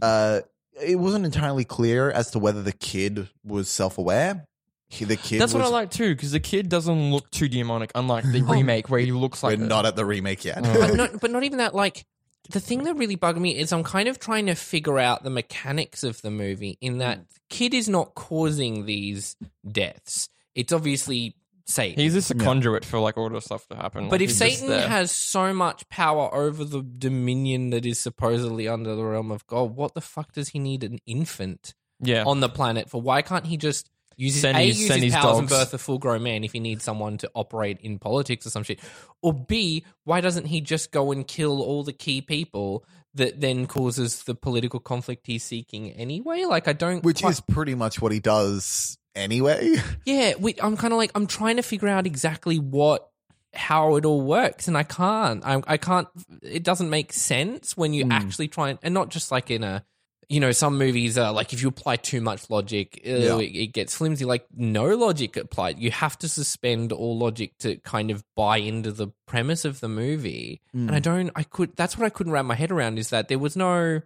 Speaker 6: Yeah.
Speaker 5: Uh, it wasn't entirely clear as to whether the kid was self-aware. He, the kid.
Speaker 6: that's what I
Speaker 5: was- Oh.
Speaker 6: like too, because the kid doesn't look too demonic, unlike
Speaker 5: (laughs)
Speaker 6: the remake where he looks
Speaker 5: We're
Speaker 6: like a-
Speaker 5: not at the remake yet.
Speaker 4: but not but not even that like the thing that really bugged me is I'm kind of trying to figure out the mechanics of the movie in that
Speaker 6: Mm.
Speaker 4: the kid is not causing these deaths. It's obviously Satan.
Speaker 6: He's just a conduit for like all the stuff to happen.
Speaker 4: but
Speaker 6: Like,
Speaker 4: if
Speaker 6: he's just
Speaker 4: Satan
Speaker 6: there.
Speaker 4: has so much power over the dominion that is supposedly under the realm of God, what the fuck does he need an infant
Speaker 6: yeah,
Speaker 4: on the planet for? Why can't he just use his,
Speaker 6: Send
Speaker 4: A,
Speaker 6: his-
Speaker 4: use
Speaker 6: send
Speaker 4: his
Speaker 6: his
Speaker 4: powers and
Speaker 6: dogs.
Speaker 4: birth a full grown man if he needs someone to operate in politics or some shit? Or B, why doesn't he just go and kill all the key people that then causes the political conflict he's seeking anyway? Like, I don't.
Speaker 5: (laughs) Which
Speaker 4: quite-
Speaker 5: is pretty much what he does anyway.
Speaker 4: yeah, we, I'm kind of like I'm trying to figure out exactly what how it all works, and I can't. I, I can't. It doesn't make sense when
Speaker 5: Hmm.
Speaker 4: you actually try and, and not just like in a. You know, some movies are like if you apply too much logic, ew,
Speaker 5: Yeah.
Speaker 4: it, it gets flimsy. Like no logic applied. You have to suspend all logic to kind of buy into the premise of the movie.
Speaker 5: Hmm.
Speaker 4: And I don't. I could. That's what I couldn't wrap my head around. Is that there was no there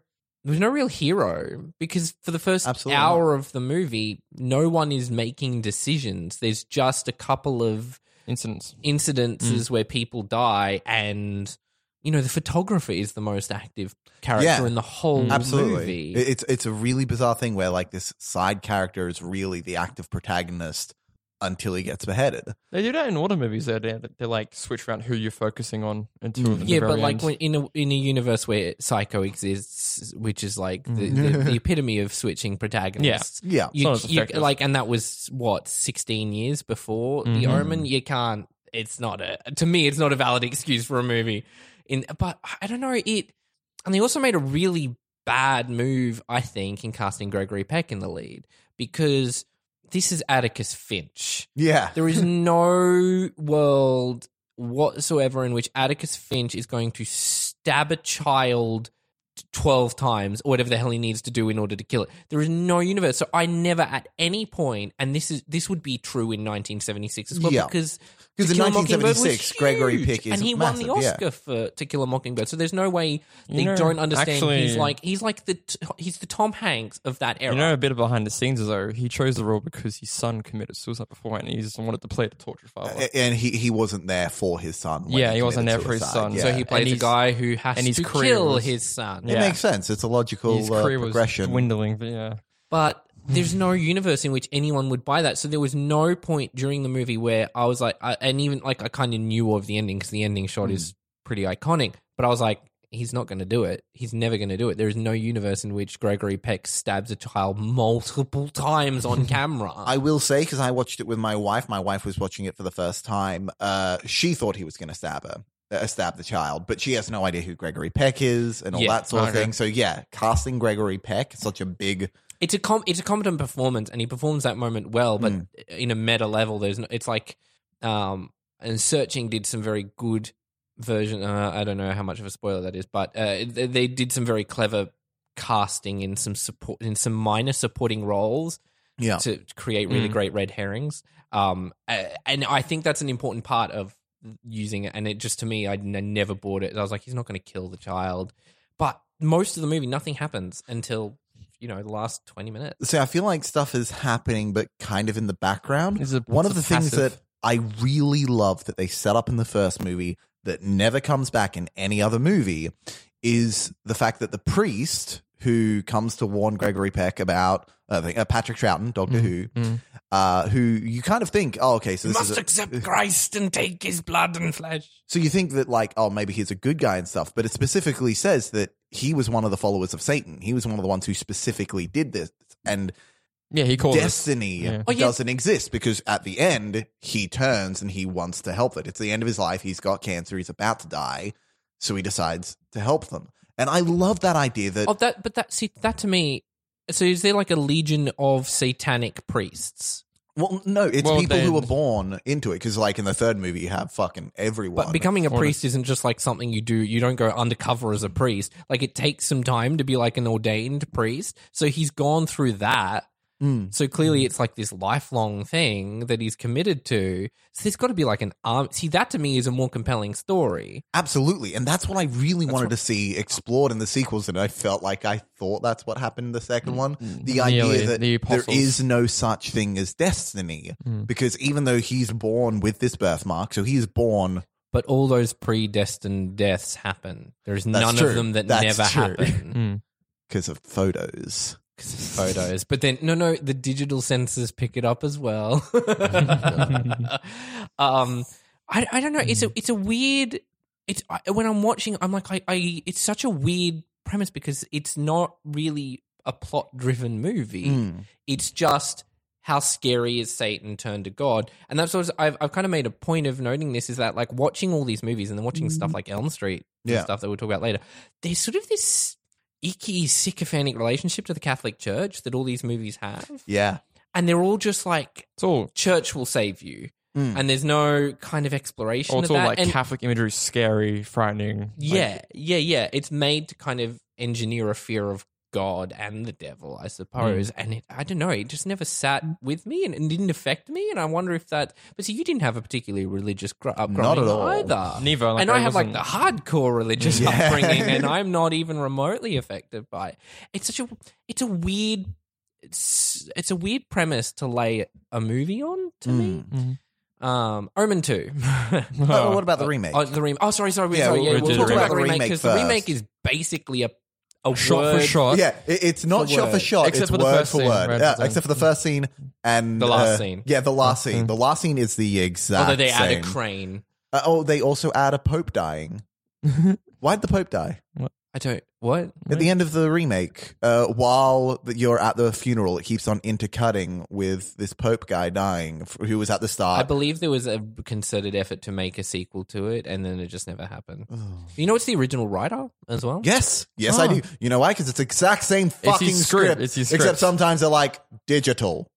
Speaker 4: was no real hero because for the first
Speaker 5: Absolutely
Speaker 4: hour of the movie, no one is making decisions. There's just a couple of
Speaker 6: incidents.
Speaker 5: Mm.
Speaker 4: incidences where people die, and you know the photographer is the most active character
Speaker 5: Yeah. Mm.
Speaker 4: in the
Speaker 6: Mm.
Speaker 4: whole
Speaker 5: Absolutely,
Speaker 4: movie.
Speaker 5: It- it's it's a really bizarre thing where like this side character is really the active protagonist until he gets beheaded.
Speaker 6: They do that in water movies. Though. They they like switch around who you're focusing on until the
Speaker 4: yeah,
Speaker 6: very
Speaker 4: but like
Speaker 6: end.
Speaker 4: when, in a in a universe where Psycho exists, which is like the, the, the epitome of switching protagonists.
Speaker 5: Yeah.
Speaker 4: you,
Speaker 6: Mm-hmm. It's not as
Speaker 4: you-
Speaker 6: effective.
Speaker 4: like, and that was what sixteen years before The
Speaker 6: Mhm.
Speaker 4: Omen. You can't. It's not a to me. It's not a valid excuse for a movie. In but I don't know it, and they also made a really bad move. I think in casting Gregory Peck in the lead because this is Atticus Finch.
Speaker 5: Yeah,
Speaker 4: There is no world whatsoever in which Atticus Finch is going to stab a child 12 times or whatever the hell he needs to do in order to kill it. There is no universe. So I never at any point and this is this would be true in 1976 as well
Speaker 5: Yeah.
Speaker 4: because To
Speaker 5: because in
Speaker 4: Kill a Mockingbird was
Speaker 5: 1976, Gregory
Speaker 4: huge,
Speaker 5: Pick is
Speaker 4: and he
Speaker 5: massive,
Speaker 4: won the
Speaker 5: yeah.
Speaker 4: Oscar for To Kill a Mockingbird. So there's no way
Speaker 6: You
Speaker 4: they
Speaker 6: know,
Speaker 4: don't understand he's
Speaker 6: actually-
Speaker 4: like he's like the t- he's the Tom Hanks of that era.
Speaker 6: You know a bit of behind the scenes though. He chose the role because his son committed suicide before, and he just wanted to play the torture father.
Speaker 4: Uh,
Speaker 5: A- and he, he wasn't there for his son. when
Speaker 6: Yeah, he wasn't
Speaker 5: committed
Speaker 6: there for his
Speaker 5: suicide,
Speaker 6: son.
Speaker 5: yeah.
Speaker 4: so he plays a
Speaker 6: he's-
Speaker 4: guy who has
Speaker 6: and his
Speaker 4: to
Speaker 6: career
Speaker 4: kill
Speaker 6: was-
Speaker 4: his son.
Speaker 5: it
Speaker 6: Yeah.
Speaker 5: makes sense. It's a logical
Speaker 6: his
Speaker 5: uh,
Speaker 6: career was
Speaker 5: progression.
Speaker 6: dwindling. But yeah,
Speaker 4: But there's no universe in which anyone would buy that. So there was no point during the movie where I was like, I, and even like I kind of knew of the ending because the ending shot is pretty iconic. But I was like, he's not going to do it. He's never going to do it. There is no universe in which Gregory Peck stabs a child multiple (laughs) times on camera.
Speaker 5: I will say because I watched it with my wife. My wife was watching it for the first time. Uh, she thought he was going to stab her, uh, stab the child, but she has no idea who Gregory Peck is and all
Speaker 4: Yeah,
Speaker 5: that sort of
Speaker 6: okay.
Speaker 5: thing. So yeah, casting Gregory Peck is such a big
Speaker 4: it's a com- it's a competent performance, and he performs that moment well. But in a meta level, there's no, it's like, um, and searching did some very good version. Uh, I don't know how much of a spoiler that is, but uh, they, they did some very clever casting in some support in some minor supporting roles
Speaker 5: yeah.
Speaker 4: to create really
Speaker 6: Mm.
Speaker 4: great red herrings. Um, a- and I think that's an important part of using it. And it just to me, I n- never bought it. I was like, he's not going to kill the child, but most of the movie, nothing happens until you know the last twenty minutes.
Speaker 5: So I feel like stuff is happening, but kind of in the background.
Speaker 6: It's a-
Speaker 5: One
Speaker 6: it's
Speaker 5: of
Speaker 6: a
Speaker 5: the things
Speaker 6: passive.
Speaker 5: that I really love that they set up in the first movie that never comes back in any other movie is the fact that the priest who comes to warn Gregory Peck about uh, the- uh, Patrick Troughton, Doctor
Speaker 6: Mm,
Speaker 5: Who, Uh, who you kind of think, oh, okay, so this is a- (laughs)
Speaker 4: Christ and take his blood and flesh.
Speaker 5: so you think that like, oh, maybe he's a good guy and stuff, but it specifically says that he was one of the followers of Satan. He was one of the ones who specifically did this, and
Speaker 6: yeah, he called it.
Speaker 5: destiny
Speaker 6: Yeah.
Speaker 4: Oh, yeah.
Speaker 5: doesn't exist because at the end he turns and he wants to help it. It's the end of his life. He's got cancer. He's about to die, so he decides to help them. And I love that idea that
Speaker 4: Oh, that but that see that to me. So is there like a legion of satanic priests?
Speaker 5: Well, no, it's
Speaker 6: Well,
Speaker 5: people who
Speaker 6: then-
Speaker 5: were born into it because, like in the third movie, you have fucking everyone.
Speaker 4: But becoming a priest isn't just like something you do. You don't go undercover as a priest. Like it takes some time to be like an ordained priest. So he's gone through that.
Speaker 5: Hmm.
Speaker 4: So clearly it's like this lifelong thing that he's committed to. So there's got to be like an arm. See, that to me is a more compelling story.
Speaker 5: Absolutely. And that's what I really wanted to see explored in the sequels. And I felt like I thought that's what happened in the second
Speaker 4: Mm.
Speaker 5: one. The
Speaker 6: Nearly,
Speaker 5: idea that
Speaker 6: the
Speaker 5: there
Speaker 6: apostles. Mm.
Speaker 5: is no such thing as destiny. Because even though he's born with this birthmark, so he's born.
Speaker 4: But all those predestined deaths happen. There's
Speaker 5: That's
Speaker 4: none
Speaker 5: true.
Speaker 4: of them that
Speaker 5: That's
Speaker 4: never
Speaker 5: true.
Speaker 4: happen.
Speaker 5: Because of photos.
Speaker 4: Photos, but then no, no, the digital sensors pick it up as well. (laughs) um, I, I don't know. It's a it's a weird. It's I, when I'm watching, I'm like I, I it's such a weird premise because it's not really a plot driven movie. It's just how scary is Satan turned to God, and that's what I've I've kind of made a point of noting this is that like watching all these movies and then watching
Speaker 6: Mm-hmm.
Speaker 4: stuff like Elm Street and
Speaker 5: Yeah.
Speaker 4: stuff that we'll talk about later. There's sort of this icky sycophantic relationship to the Catholic Church that all these movies have,
Speaker 5: Yeah.
Speaker 4: and they're all just like
Speaker 6: It's all,
Speaker 4: church will save you. And there's no kind of exploration
Speaker 6: all
Speaker 4: of
Speaker 6: Mm. it's all
Speaker 4: that.
Speaker 6: like
Speaker 4: and
Speaker 6: Catholic imagery, scary, frightening. like-
Speaker 4: yeah, yeah, yeah. It's made to kind of engineer a fear of God and the devil, I suppose. And it, I don't know. It just never sat with me and, and didn't affect me. And I wonder if that. But see, you didn't have a particularly religious gr- upbringing
Speaker 5: Not at all.
Speaker 4: either.
Speaker 6: Neither, like,
Speaker 4: and I
Speaker 6: I
Speaker 4: have like
Speaker 6: wasn't-
Speaker 4: the hardcore religious
Speaker 5: Yeah.
Speaker 4: upbringing, and I'm not even remotely affected by it. It's such a. It's a weird. It's, it's a weird premise to lay a movie on to me. Um, Omen two. (laughs)
Speaker 5: Oh, what about the remake?
Speaker 4: Oh, the remake. Oh, sorry, sorry. we
Speaker 5: Yeah,
Speaker 4: sorry.
Speaker 5: we-
Speaker 4: Yeah,
Speaker 5: we
Speaker 4: we'll
Speaker 6: did
Speaker 4: talk
Speaker 6: the
Speaker 4: about the
Speaker 5: remake.
Speaker 4: remake because the
Speaker 5: Remake
Speaker 4: remake is
Speaker 5: first.
Speaker 4: basically a a
Speaker 6: shot
Speaker 4: word.
Speaker 6: for shot.
Speaker 5: yeah, it, it's not
Speaker 4: For
Speaker 5: shot for
Speaker 4: word.
Speaker 5: shot.
Speaker 6: Except
Speaker 5: it's
Speaker 6: for the
Speaker 5: word
Speaker 6: first
Speaker 5: for
Speaker 6: scene,
Speaker 5: word.
Speaker 6: right,
Speaker 5: Yeah,
Speaker 6: that's
Speaker 5: except for the first scene and
Speaker 4: The last
Speaker 5: uh,
Speaker 4: scene.
Speaker 5: Yeah, the last
Speaker 6: Uh-huh.
Speaker 5: scene. The last scene is the exact.
Speaker 4: Although they add a
Speaker 5: same.
Speaker 4: crane.
Speaker 5: Uh, oh, they also add a pope
Speaker 6: (laughs)
Speaker 5: dying. Why'd the pope die?
Speaker 4: I don't. What?
Speaker 5: At the end of the remake, uh, while th- you're at the funeral, it keeps on intercutting with this Pope guy dying, f- who was at the
Speaker 4: I
Speaker 5: start.
Speaker 4: believe there was a concerted effort to make a sequel to it, and then it just never happened.
Speaker 5: Oh.
Speaker 4: You know, it's the original writer as well. (laughs)
Speaker 5: yes, yes, I do. You know why? Because it's the exact same
Speaker 6: his
Speaker 5: fucking
Speaker 6: script.
Speaker 5: script,
Speaker 6: It's his
Speaker 5: Except
Speaker 6: script.
Speaker 5: sometimes they're like digital.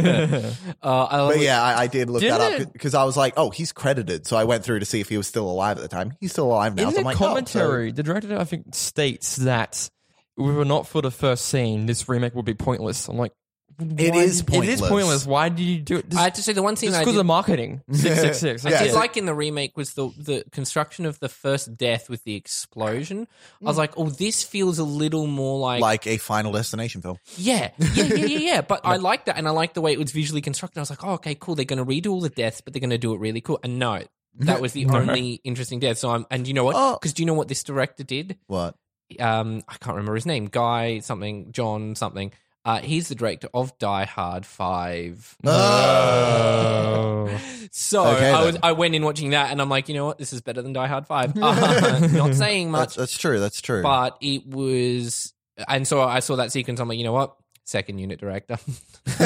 Speaker 4: Uh, I
Speaker 5: But yeah, I, I did look
Speaker 6: Didn't
Speaker 5: that up
Speaker 6: it-
Speaker 5: because I was like, oh, he's credited. So I went through to see if he was still alive at the time. He's still alive now.
Speaker 6: In
Speaker 5: so
Speaker 6: the
Speaker 5: I'm like, oh, so-
Speaker 6: commentary, the director, I think, states that if we were not for the first scene, this remake would be pointless. I'm like,
Speaker 5: It
Speaker 6: why-
Speaker 5: is
Speaker 6: It is
Speaker 5: pointless.
Speaker 6: pointless. Why did you do it? Just,
Speaker 4: I have to say the one thing
Speaker 6: just
Speaker 4: I
Speaker 6: because
Speaker 4: did, (laughs)
Speaker 6: of marketing. Six six six.
Speaker 4: I
Speaker 5: Yeah.
Speaker 4: did
Speaker 5: Yeah.
Speaker 4: like in the remake was the the construction of the first death with the explosion. I
Speaker 5: Mm.
Speaker 4: was like, oh, this feels a little more
Speaker 5: like a Final Destination film.
Speaker 4: Yeah, yeah, yeah, yeah, yeah.
Speaker 5: (laughs)
Speaker 4: But I liked that, and I liked the way it was visually constructed. I was like, oh, okay, cool. They're going to redo all the deaths, but they're going to do it really cool. And no, that was
Speaker 5: (laughs)
Speaker 4: the only interesting death. So I'm, and you know what?
Speaker 5: Oh.
Speaker 4: Because do you know what this director did?
Speaker 5: What?
Speaker 4: Um, I can't remember his name. Guy something, John something. Uh, he's the director of Die Hard
Speaker 5: (gasps)
Speaker 4: Five.
Speaker 6: Oh.
Speaker 4: So
Speaker 5: Ah. Okay,
Speaker 4: I was,
Speaker 5: then.
Speaker 4: I went in watching that, and I'm like, you know what? This is better than Die Hard
Speaker 5: (laughs)
Speaker 4: Five. (laughs) Uh, not saying much,
Speaker 5: That's, that's true. That's true.
Speaker 4: but it was. And so I saw that sequence. I'm like, you know what? Second unit director. (laughs)
Speaker 5: (laughs)
Speaker 4: because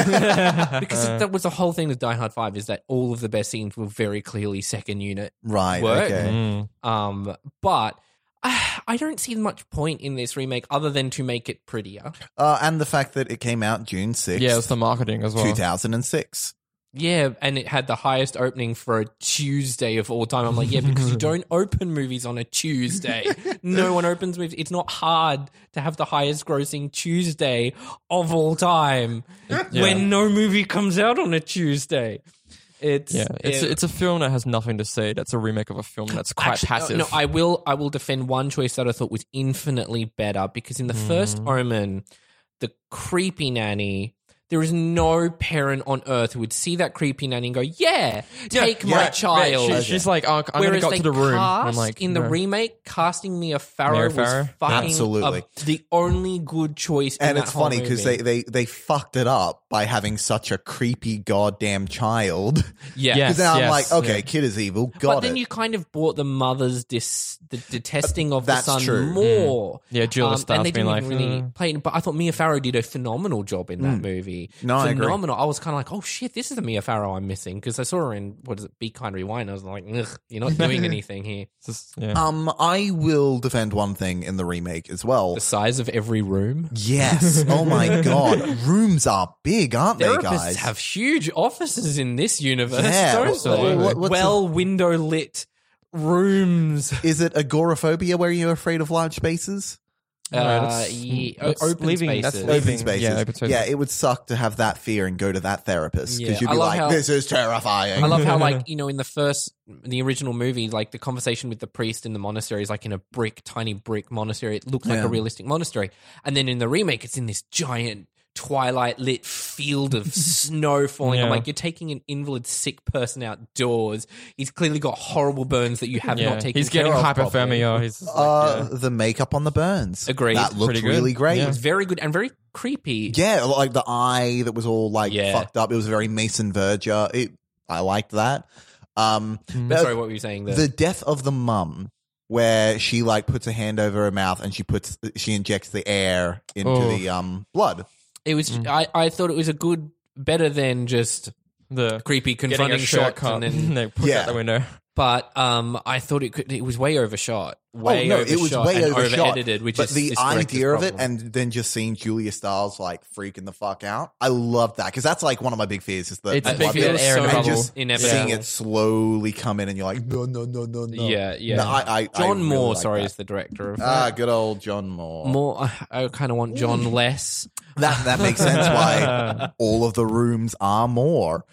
Speaker 4: that was the whole thing with Die Hard Five is that all of the best scenes were very clearly second unit.
Speaker 5: right.
Speaker 4: work.
Speaker 5: Okay.
Speaker 6: Mm.
Speaker 4: Um, but (sighs) I, I don't see much point in this remake other than to make it prettier.
Speaker 5: Uh, and the fact that it came out June 6th,
Speaker 6: Yeah, it's the marketing as well.
Speaker 5: 2006.
Speaker 4: Yeah, and it had the highest opening for a Tuesday of all time. I'm like, yeah, because
Speaker 6: (laughs)
Speaker 4: you don't open movies on a Tuesday. no one opens movies. It's not hard to have the highest grossing Tuesday of all time when no movie comes out on a Tuesday. It's
Speaker 6: Yeah, it's
Speaker 4: it-
Speaker 6: it's a film that has nothing to say. That's a remake of a film that's quite
Speaker 4: Actually, no,
Speaker 6: passive.
Speaker 4: No, I will. I will defend one choice that I thought was infinitely better because in the first
Speaker 6: Mm.
Speaker 4: Omen, the creepy nanny. There is no parent on earth who would see that creepy nanny and go, "Yeah, take my
Speaker 6: yeah,
Speaker 4: child."
Speaker 6: She, she's like, oh, I'm gonna
Speaker 4: Whereas
Speaker 6: go
Speaker 4: they
Speaker 6: to the room. And
Speaker 4: cast
Speaker 6: I'm like,
Speaker 4: in the
Speaker 6: no.
Speaker 4: remake, casting Mia Farrow
Speaker 6: Mia
Speaker 4: was
Speaker 6: Farrow?
Speaker 4: fucking
Speaker 5: Absolutely.
Speaker 4: a- the only good choice. in
Speaker 5: And
Speaker 4: that
Speaker 5: it's
Speaker 4: whole
Speaker 5: funny because
Speaker 4: movie.
Speaker 5: they, they, they fucked it up by having such a creepy goddamn child. (laughs)
Speaker 4: yeah.
Speaker 6: Yeah.
Speaker 5: Because now I'm
Speaker 6: yes,
Speaker 5: like, okay,
Speaker 6: yeah.
Speaker 5: kid is evil. Got
Speaker 4: But then
Speaker 5: it.
Speaker 4: you kind of bought the mother's dis the detesting of
Speaker 5: That's
Speaker 4: the son
Speaker 5: true. Mm.
Speaker 4: more.
Speaker 6: Yeah, Jill
Speaker 4: Um,
Speaker 6: starts
Speaker 4: and they
Speaker 6: being
Speaker 4: didn't even
Speaker 6: like,
Speaker 4: really
Speaker 6: "Mm."
Speaker 4: play. But I thought Mia Farrow did a phenomenal job in that movie. movie.
Speaker 5: Mm. No, I agree.
Speaker 4: Phenomenal. I, was kind of like, oh shit, this is the Mia Farrow I'm missing because I saw her in what is it, Be Kind Rewind. I was like, ugh, you're not
Speaker 5: (laughs)
Speaker 4: doing anything here.
Speaker 6: It's just, yeah.
Speaker 5: Um, I will defend one thing in the remake as well.
Speaker 4: The size of every room.
Speaker 5: Yes. Oh
Speaker 6: (laughs)
Speaker 5: my god, rooms are big, aren't they,
Speaker 4: Therapists
Speaker 5: guys?
Speaker 4: have huge offices in this universe,
Speaker 5: Yeah,
Speaker 4: don't
Speaker 5: what-
Speaker 4: they?
Speaker 5: what- what's
Speaker 4: well window lit rooms.
Speaker 5: Is it agoraphobia where you're afraid of large spaces?
Speaker 6: No,
Speaker 4: uh,
Speaker 6: that's-
Speaker 4: yeah,
Speaker 6: that's
Speaker 4: open
Speaker 6: leaving- that's
Speaker 4: spaces.
Speaker 6: leaving-
Speaker 5: Open spaces.
Speaker 6: yeah, open spaces.
Speaker 5: Yeah, it would suck to have that fear and go to that therapist
Speaker 4: Yeah,
Speaker 5: because you'd
Speaker 4: I
Speaker 5: be
Speaker 4: love
Speaker 5: like,
Speaker 4: how-
Speaker 5: "This is terrifying."
Speaker 4: I love how,
Speaker 6: (laughs)
Speaker 4: like, you know, in the first, the original movie, like the conversation with the priest in the monastery is like in a brick, tiny brick monastery. It looked like
Speaker 5: Yeah.
Speaker 4: a realistic monastery. And then in the remake, it's in this giant twilight lit field
Speaker 6: (laughs)
Speaker 4: of snow falling. I'm
Speaker 6: Yeah.
Speaker 4: like, you're taking an invalid, sick person outdoors. He's clearly got horrible burns that you have
Speaker 6: yeah.
Speaker 4: not taken.
Speaker 6: He's getting
Speaker 4: care of properly.
Speaker 6: hypothermia. He's just like,
Speaker 5: uh,
Speaker 6: yeah.
Speaker 5: the makeup on the burns.
Speaker 4: Agreed.
Speaker 5: That looked
Speaker 6: Pretty good.
Speaker 5: really great.
Speaker 6: Yeah.
Speaker 4: It's very good and very creepy.
Speaker 5: Yeah, like the eye that was all like
Speaker 4: Yeah.
Speaker 5: fucked up. It was very Mason Verger. It, I liked that. Um,
Speaker 6: Mm,
Speaker 5: but
Speaker 4: Sorry, what were you saying there?
Speaker 5: the death of the mum, where she like puts a hand over her mouth and she puts she injects the air into
Speaker 6: Oh.
Speaker 5: the um blood.
Speaker 4: it was,
Speaker 6: Mm.
Speaker 4: I, I thought it was a good, better than just
Speaker 6: the
Speaker 4: creepy
Speaker 6: getting a
Speaker 4: confronting
Speaker 6: shot
Speaker 4: shots and
Speaker 6: cut (laughs)
Speaker 4: then
Speaker 6: they push
Speaker 5: Yeah.
Speaker 6: out the window.
Speaker 4: but um, I thought it could. It was way overshot. Way
Speaker 5: oh no,
Speaker 4: overshot
Speaker 5: it was way
Speaker 4: and
Speaker 5: overshot.
Speaker 4: edited, which
Speaker 5: but
Speaker 4: is
Speaker 5: the
Speaker 4: is director's
Speaker 5: idea of it,
Speaker 4: problem.
Speaker 5: and then just seeing Julia Stiles like freaking the fuck out, I love that because that's like one of my big fears is the
Speaker 6: It's
Speaker 5: the
Speaker 6: a
Speaker 4: big
Speaker 5: blood
Speaker 4: fear,
Speaker 5: bit.
Speaker 4: it's so
Speaker 5: and just
Speaker 4: inevitable.
Speaker 5: seeing it slowly come in, and you're like, no, no, no, no, no.
Speaker 4: yeah, yeah.
Speaker 5: No, I, I, I
Speaker 4: John
Speaker 5: really
Speaker 4: Moore,
Speaker 5: like
Speaker 4: sorry,
Speaker 5: that.
Speaker 4: is the director of
Speaker 5: Ah, good old John Moore.
Speaker 4: Moore. I, kind of want
Speaker 5: (laughs)
Speaker 4: John less.
Speaker 5: That that makes
Speaker 4: (laughs)
Speaker 5: sense why all of the rooms are more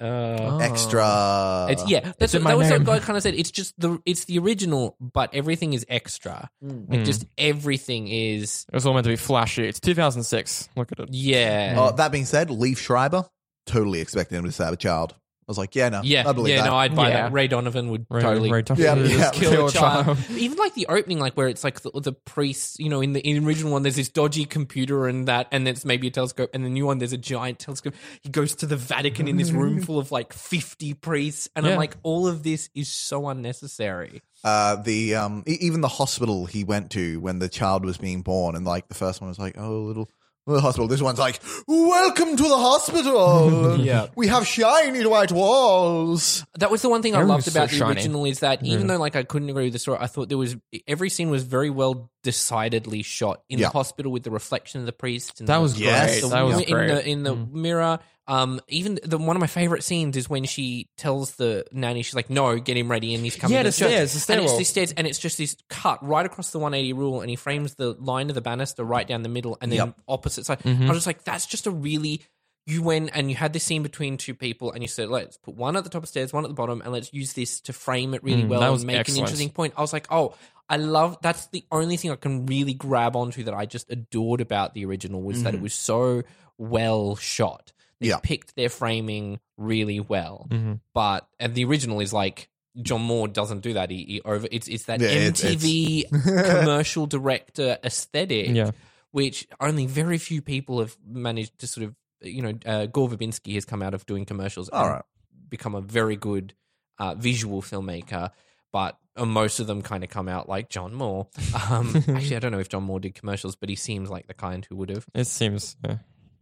Speaker 4: Uh,
Speaker 5: extra.
Speaker 4: it's yeah. That's
Speaker 6: in
Speaker 4: what,
Speaker 6: my
Speaker 4: that was what
Speaker 6: name.
Speaker 4: God kind of said. It's just the it's the original, but everything is extra.
Speaker 5: Hmm.
Speaker 4: Like
Speaker 6: Hmm.
Speaker 4: just everything is
Speaker 6: It was all meant to be flashy. It's 2006. Look at it.
Speaker 4: yeah.
Speaker 5: Uh, that being said, Leaf Schreiber totally expected him to stab a child. I was like, yeah, no,
Speaker 4: Yeah,
Speaker 5: I believe
Speaker 4: yeah,
Speaker 5: that.
Speaker 4: no, I'd buy
Speaker 6: Yeah.
Speaker 4: that. Ray Donovan would
Speaker 6: Ray-
Speaker 4: totally
Speaker 6: Ray Donovan
Speaker 5: Yeah,
Speaker 6: would
Speaker 5: yeah.
Speaker 6: just
Speaker 4: kill, a child. (laughs) Even like the opening, like where it's like the, the priest, you know, in the original one, there's this dodgy computer and that, and it's maybe a telescope, and the new one, there's a giant telescope. He goes to the Vatican in this room (laughs) full of like 50 priests, and I'm
Speaker 6: Yeah.
Speaker 4: like, all of this is so unnecessary.
Speaker 5: uh, the um, e- even the hospital he went to when the child was being born, and like the first one was like, oh, little. little hospital. This one's like, "Welcome to the hospital.
Speaker 4: (laughs) Yeah.
Speaker 5: we have shiny white walls."
Speaker 4: That was the one thing I
Speaker 6: Everything
Speaker 4: loved
Speaker 6: was
Speaker 4: about
Speaker 6: so
Speaker 4: the
Speaker 6: shiny.
Speaker 4: original is that even though like I couldn't agree with the story, I thought there was e, every scene was very well decidedly shot in
Speaker 5: Yeah.
Speaker 4: the hospital with the reflection of the priest. And
Speaker 6: That
Speaker 4: the-
Speaker 6: was
Speaker 5: Yes.
Speaker 6: great.
Speaker 4: the
Speaker 6: That was
Speaker 4: wi- in
Speaker 6: great. Mm.
Speaker 4: the in the mirror. Um, even the one of my favorite scenes is when she tells the nanny, she's like, "No, get him ready," and he's coming.
Speaker 6: Yeah,
Speaker 4: to
Speaker 6: the
Speaker 4: church."
Speaker 6: stairs, the
Speaker 4: and it's
Speaker 6: stairwell.
Speaker 4: these stairs, and it's just this cut right across the 180 rule, and he frames the line of the banister right down the middle, and then
Speaker 5: Yep.
Speaker 4: opposite side.
Speaker 6: Mm-hmm.
Speaker 4: I was just like, "That's just a really." You went and you had this scene between two people, and you said, "Let's put one at the top of stairs, one at the bottom, and let's use this to frame it really
Speaker 6: Mm,
Speaker 4: well
Speaker 6: that
Speaker 4: and
Speaker 6: was
Speaker 4: make
Speaker 6: excellent.
Speaker 4: an interesting point." I was like, "Oh, I love." That's the only thing I can really grab onto that I just adored about the original was
Speaker 6: Mm.
Speaker 4: that it was so well shot. They
Speaker 5: Yeah. Mm-hmm.
Speaker 4: picked their framing really well,
Speaker 6: Mhm.
Speaker 4: but and the original is like John Moore doesn't do that. He, he over it's it's that
Speaker 5: Yeah, it's- (laughs)
Speaker 4: MTV commercial director aesthetic,
Speaker 6: Yeah.
Speaker 4: which only very few people have managed to sort of you know. Uh, Gore Verbinski has come out of doing commercials
Speaker 5: All
Speaker 4: and
Speaker 5: right.
Speaker 4: become a very good uh, visual filmmaker. But uh, most of them kind of come out like John Moore.
Speaker 5: (laughs)
Speaker 4: Um, actually, I don't know if John Moore did commercials, but he seems like the kind who would have.
Speaker 6: It seems. Yeah.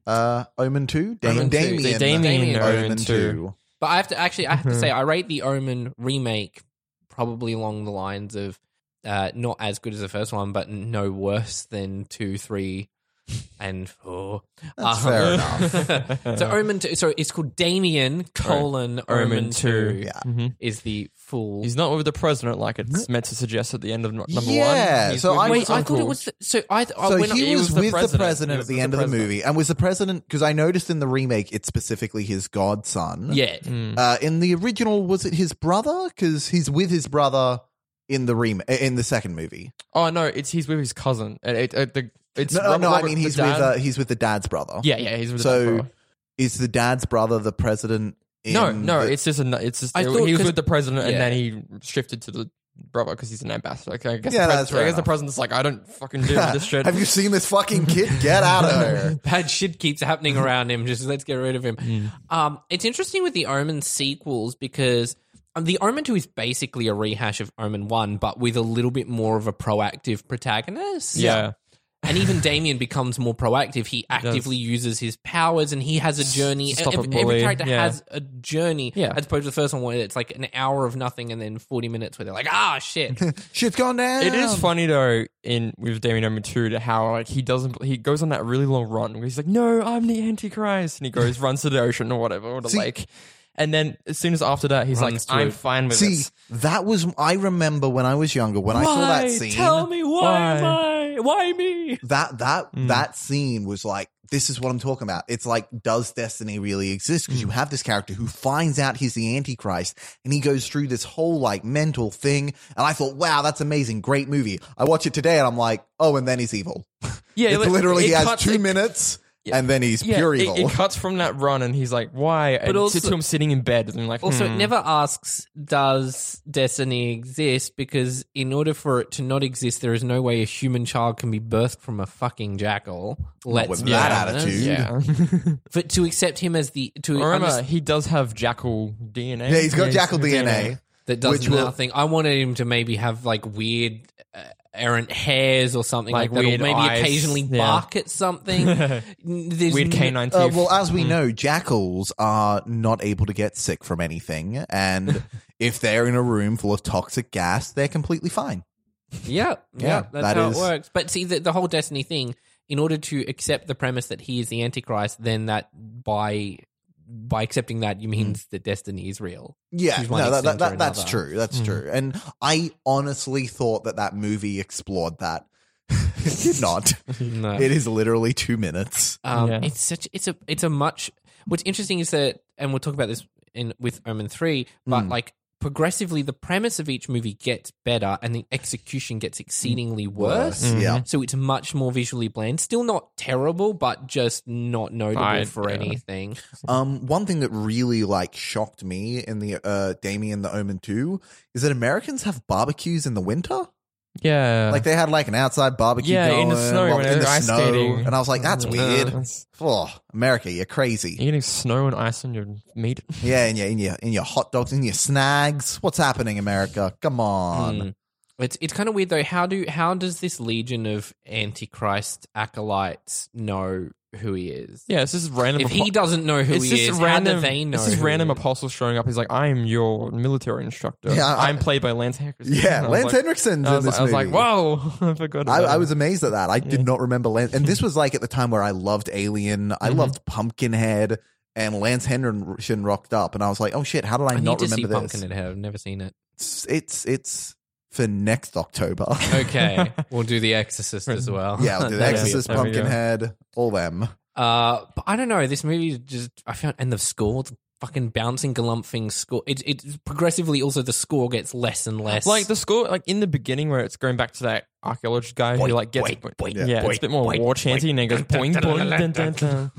Speaker 5: Uh, Omen two, Dam-
Speaker 4: Omen two.
Speaker 5: Damien,
Speaker 6: Damien,
Speaker 5: Omen
Speaker 6: Omen
Speaker 5: two.
Speaker 6: two.
Speaker 4: But I have to actually, I have to say, I rate the Omen remake probably along the lines of uh, not as good as the first one, but no worse than two, three, and four.
Speaker 5: That's fair
Speaker 4: enough. (laughs) so Omen two, so it's called Damien colon Omen,
Speaker 6: Omen
Speaker 4: two.
Speaker 6: two.
Speaker 5: Yeah.
Speaker 6: Mhm.
Speaker 4: is the full.
Speaker 6: He's not with the president like it's meant to suggest at the end of nu- number
Speaker 5: Yeah,
Speaker 6: one. He's
Speaker 5: so
Speaker 6: with
Speaker 5: I-
Speaker 6: his
Speaker 4: Wait, I thought it
Speaker 6: uncles.
Speaker 4: was the, so. I th-
Speaker 6: Oh,
Speaker 5: So
Speaker 4: when I-
Speaker 5: he was,
Speaker 6: the
Speaker 5: with the
Speaker 6: president.
Speaker 5: president
Speaker 6: He
Speaker 5: at
Speaker 6: was
Speaker 5: the
Speaker 6: with
Speaker 5: end
Speaker 6: the
Speaker 5: of the
Speaker 6: president.
Speaker 5: movie, and was the president because I noticed in the remake it's specifically his godson.
Speaker 4: yeah,
Speaker 6: Mm-hmm.
Speaker 5: Uh, in the original, was it his brother? Because he's with his brother in the rem- eh, in the second movie.
Speaker 6: Oh no, it's he's with his cousin. And it, it, the, it's
Speaker 5: No, no,
Speaker 6: Robert-
Speaker 5: no I
Speaker 6: Robert-
Speaker 5: mean
Speaker 6: the
Speaker 5: he's with
Speaker 6: dad.
Speaker 5: uh, he's with the dad's brother.
Speaker 6: yeah, yeah, he's with
Speaker 5: So,
Speaker 6: the dad.
Speaker 5: Is the dad's brother the president? In
Speaker 6: No, no,
Speaker 5: the-
Speaker 6: it's just a, it's just
Speaker 4: I
Speaker 6: it-
Speaker 4: thought
Speaker 6: he was
Speaker 4: 'cause-
Speaker 6: with the president and
Speaker 4: yeah.
Speaker 6: then he shifted to the brother because he's an ambassador. Okay, I guess
Speaker 5: Yeah,
Speaker 6: the
Speaker 5: that's
Speaker 6: pres-
Speaker 5: fair
Speaker 6: I guess the
Speaker 5: enough.
Speaker 6: president's like, I don't
Speaker 5: (laughs)
Speaker 6: fucking do this shit.
Speaker 5: Have you seen this fucking kid?
Speaker 6: (laughs)
Speaker 5: Get out of here!
Speaker 4: bad shit keeps happening around him. Just let's get rid of him. Um, it's interesting with the Omen sequels because um, the Omen Two is basically a rehash of Omen One, but with a little bit more of a proactive protagonist.
Speaker 6: yeah.
Speaker 4: (laughs) And even Damien becomes more proactive. He actively uses his powers and he has a journey.
Speaker 6: Stop
Speaker 4: every,
Speaker 6: a
Speaker 4: every
Speaker 6: bully,
Speaker 4: character
Speaker 6: yeah.
Speaker 4: has a journey
Speaker 6: Yeah.
Speaker 4: as opposed to the first one where it's like an hour of nothing and then 40 minutes where they're like, ah,
Speaker 6: (laughs)
Speaker 4: shit.
Speaker 5: Shit's gone down.
Speaker 6: It
Speaker 4: Um,
Speaker 6: is funny though in with Damien Number Two to how like he doesn't he goes on that really long run where he's like, No, I'm the Antichrist and he
Speaker 4: (laughs)
Speaker 6: goes runs to the ocean or whatever or the
Speaker 5: See-
Speaker 6: lake. And then as soon as after that he's like,
Speaker 4: Runs to
Speaker 6: I'm
Speaker 4: it.
Speaker 6: fine with
Speaker 5: See,
Speaker 6: this.
Speaker 5: that was I remember when I was younger when I saw that scene.
Speaker 4: Tell me why,
Speaker 6: Why?
Speaker 4: am I? Why me?
Speaker 5: that that
Speaker 6: Mm.
Speaker 5: that scene was like this is what I'm talking about. It's like does destiny really exist? Because you
Speaker 6: Mm.
Speaker 5: have this character who finds out he's the antichrist and he goes through this whole like mental thing and I thought, "Wow, that's amazing. Great movie." I watch it today and I'm like, "Oh, and then he's evil."
Speaker 6: Yeah,
Speaker 5: It
Speaker 6: like,
Speaker 5: literally
Speaker 6: it
Speaker 5: has
Speaker 6: cuts-
Speaker 5: 2
Speaker 6: it-
Speaker 5: minutes and then he's
Speaker 6: Yeah,
Speaker 5: pure
Speaker 6: it,
Speaker 5: evil.
Speaker 6: it cuts from that run and he's like, Why? But and
Speaker 4: also-
Speaker 6: to him sitting in bed and like
Speaker 4: Also,
Speaker 6: hmm.
Speaker 4: it never asks, does destiny exist? Because in order for it to not exist, there is no way a human child can be birthed from a fucking jackal. Let's
Speaker 5: with
Speaker 4: be
Speaker 5: that
Speaker 4: honest.
Speaker 5: attitude.
Speaker 4: Yeah. (laughs) but to accept him as the to
Speaker 6: (laughs) Remember,
Speaker 4: understand
Speaker 6: he does have jackal DNA.
Speaker 5: yeah, he's got jackal DNA.
Speaker 4: that does
Speaker 5: which will-
Speaker 4: nothing. I wanted him to maybe have like weird uh, errant hairs or something like,
Speaker 6: Like
Speaker 4: that, or
Speaker 6: weird
Speaker 4: maybe
Speaker 6: eyes.
Speaker 4: occasionally
Speaker 6: Yeah.
Speaker 4: bark at
Speaker 6: (laughs)
Speaker 4: something. There's
Speaker 6: Weird
Speaker 4: n-
Speaker 6: canine
Speaker 5: Uh,
Speaker 6: teeth.
Speaker 5: well, as we know, jackals are not able to get sick from anything,
Speaker 6: (laughs)
Speaker 5: and if they're in a room full of toxic gas, they're completely fine.
Speaker 4: Yep,
Speaker 5: Yeah,
Speaker 4: yep, that's
Speaker 5: that
Speaker 4: how
Speaker 5: is-
Speaker 4: it works. But see, the, the whole Destiny thing, in order to accept the premise that he is the Antichrist, then that by by accepting that, you means
Speaker 5: Mm.
Speaker 4: that Destiny is real.
Speaker 5: Yeah,
Speaker 4: choose one
Speaker 5: no, that, that,
Speaker 4: extent or
Speaker 5: that, that's
Speaker 4: another.
Speaker 5: true.
Speaker 6: Mm-hmm.
Speaker 5: That's true. And I honestly thought that that movie explored that. (laughs) it did
Speaker 6: (laughs)
Speaker 5: not.
Speaker 4: No.
Speaker 5: it is literally two minutes.
Speaker 4: Um,
Speaker 6: Yeah.
Speaker 4: It's such it's a it's a much. What's interesting is that, and we'll talk about this in with Omen three, but
Speaker 5: Mm.
Speaker 4: like progressively, the premise of each movie gets better, and the execution gets exceedingly worse.
Speaker 5: Mm.
Speaker 6: Mm.
Speaker 5: Yeah.
Speaker 4: So it's much more visually bland. Still not terrible, but just not notable
Speaker 6: Fine,
Speaker 4: for
Speaker 6: yeah.
Speaker 4: anything.
Speaker 6: Mm-hmm.
Speaker 5: Um, one thing that really like shocked me in the uh, Damien the Omen two is that Americans have barbecues in the winter.
Speaker 6: yeah.
Speaker 5: Like they had like an outside barbecue.
Speaker 6: Uh. Yeah, in the
Speaker 5: going
Speaker 6: snow
Speaker 5: while-
Speaker 6: when
Speaker 5: in
Speaker 6: they're
Speaker 5: the
Speaker 6: ice
Speaker 5: snow.
Speaker 6: skating. Uh,
Speaker 5: and I was like, that's
Speaker 6: Yeah.
Speaker 5: weird.
Speaker 6: That's-
Speaker 5: Oh, America, you're crazy.
Speaker 6: You're getting snow and ice on your meat.
Speaker 5: Yeah, and your in your in your hot dogs, in your snags. What's happening, America? Come on.
Speaker 4: Mm. It's it's kind of weird though. How do how does this legion of antichrist acolytes know who he is?
Speaker 6: Yeah, it's just random.
Speaker 4: If he
Speaker 6: apo-
Speaker 4: doesn't know who
Speaker 6: it's
Speaker 4: he
Speaker 6: just
Speaker 4: is,
Speaker 6: random.
Speaker 4: how do they know?
Speaker 6: It's just
Speaker 4: who he
Speaker 6: random
Speaker 4: is?
Speaker 6: apostles showing up. He's like, "I am your military instructor.
Speaker 5: Yeah, I-
Speaker 6: I'm played by Lance Henriksen."
Speaker 5: Yeah,
Speaker 6: And I was
Speaker 5: Lance
Speaker 6: like-
Speaker 5: Henriksen's
Speaker 6: I
Speaker 5: in
Speaker 6: was,
Speaker 5: this
Speaker 6: I was like,
Speaker 5: movie.
Speaker 6: "Whoa!" (laughs) I forgot.
Speaker 5: I,
Speaker 6: about
Speaker 5: I
Speaker 6: him.
Speaker 5: was amazed at that. I did
Speaker 6: Yeah.
Speaker 5: not remember Lance, and this was like at the time where I loved Alien. I
Speaker 6: Mhm.
Speaker 5: loved Pumpkinhead, and Lance Henriksen rocked up, and I was like, "Oh shit! How did I,
Speaker 4: I need
Speaker 5: not
Speaker 4: to see
Speaker 5: remember this?"
Speaker 4: Pumpkin in Heaven. I've never seen it.
Speaker 5: It's, it's it's for next October.
Speaker 6: (laughs)
Speaker 4: Okay, (laughs) we'll do The Exorcist as well.
Speaker 5: yeah, I'll do The
Speaker 4: That'd be-
Speaker 5: Exorcist,
Speaker 6: there we go.
Speaker 5: Pumpkinhead, all them.
Speaker 4: Uh, but I don't know. This movie is just I found and the score, the fucking bouncing galumphing score. It it progressively also the score gets less and less.
Speaker 6: like the score, like in the beginning where it's going back to that archaeologist guy who like gets
Speaker 4: boink, boink,
Speaker 6: yeah,
Speaker 4: boink,
Speaker 6: it's a bit more
Speaker 4: boink,
Speaker 6: war chanty and then goes boing boing. dun, dun, dun.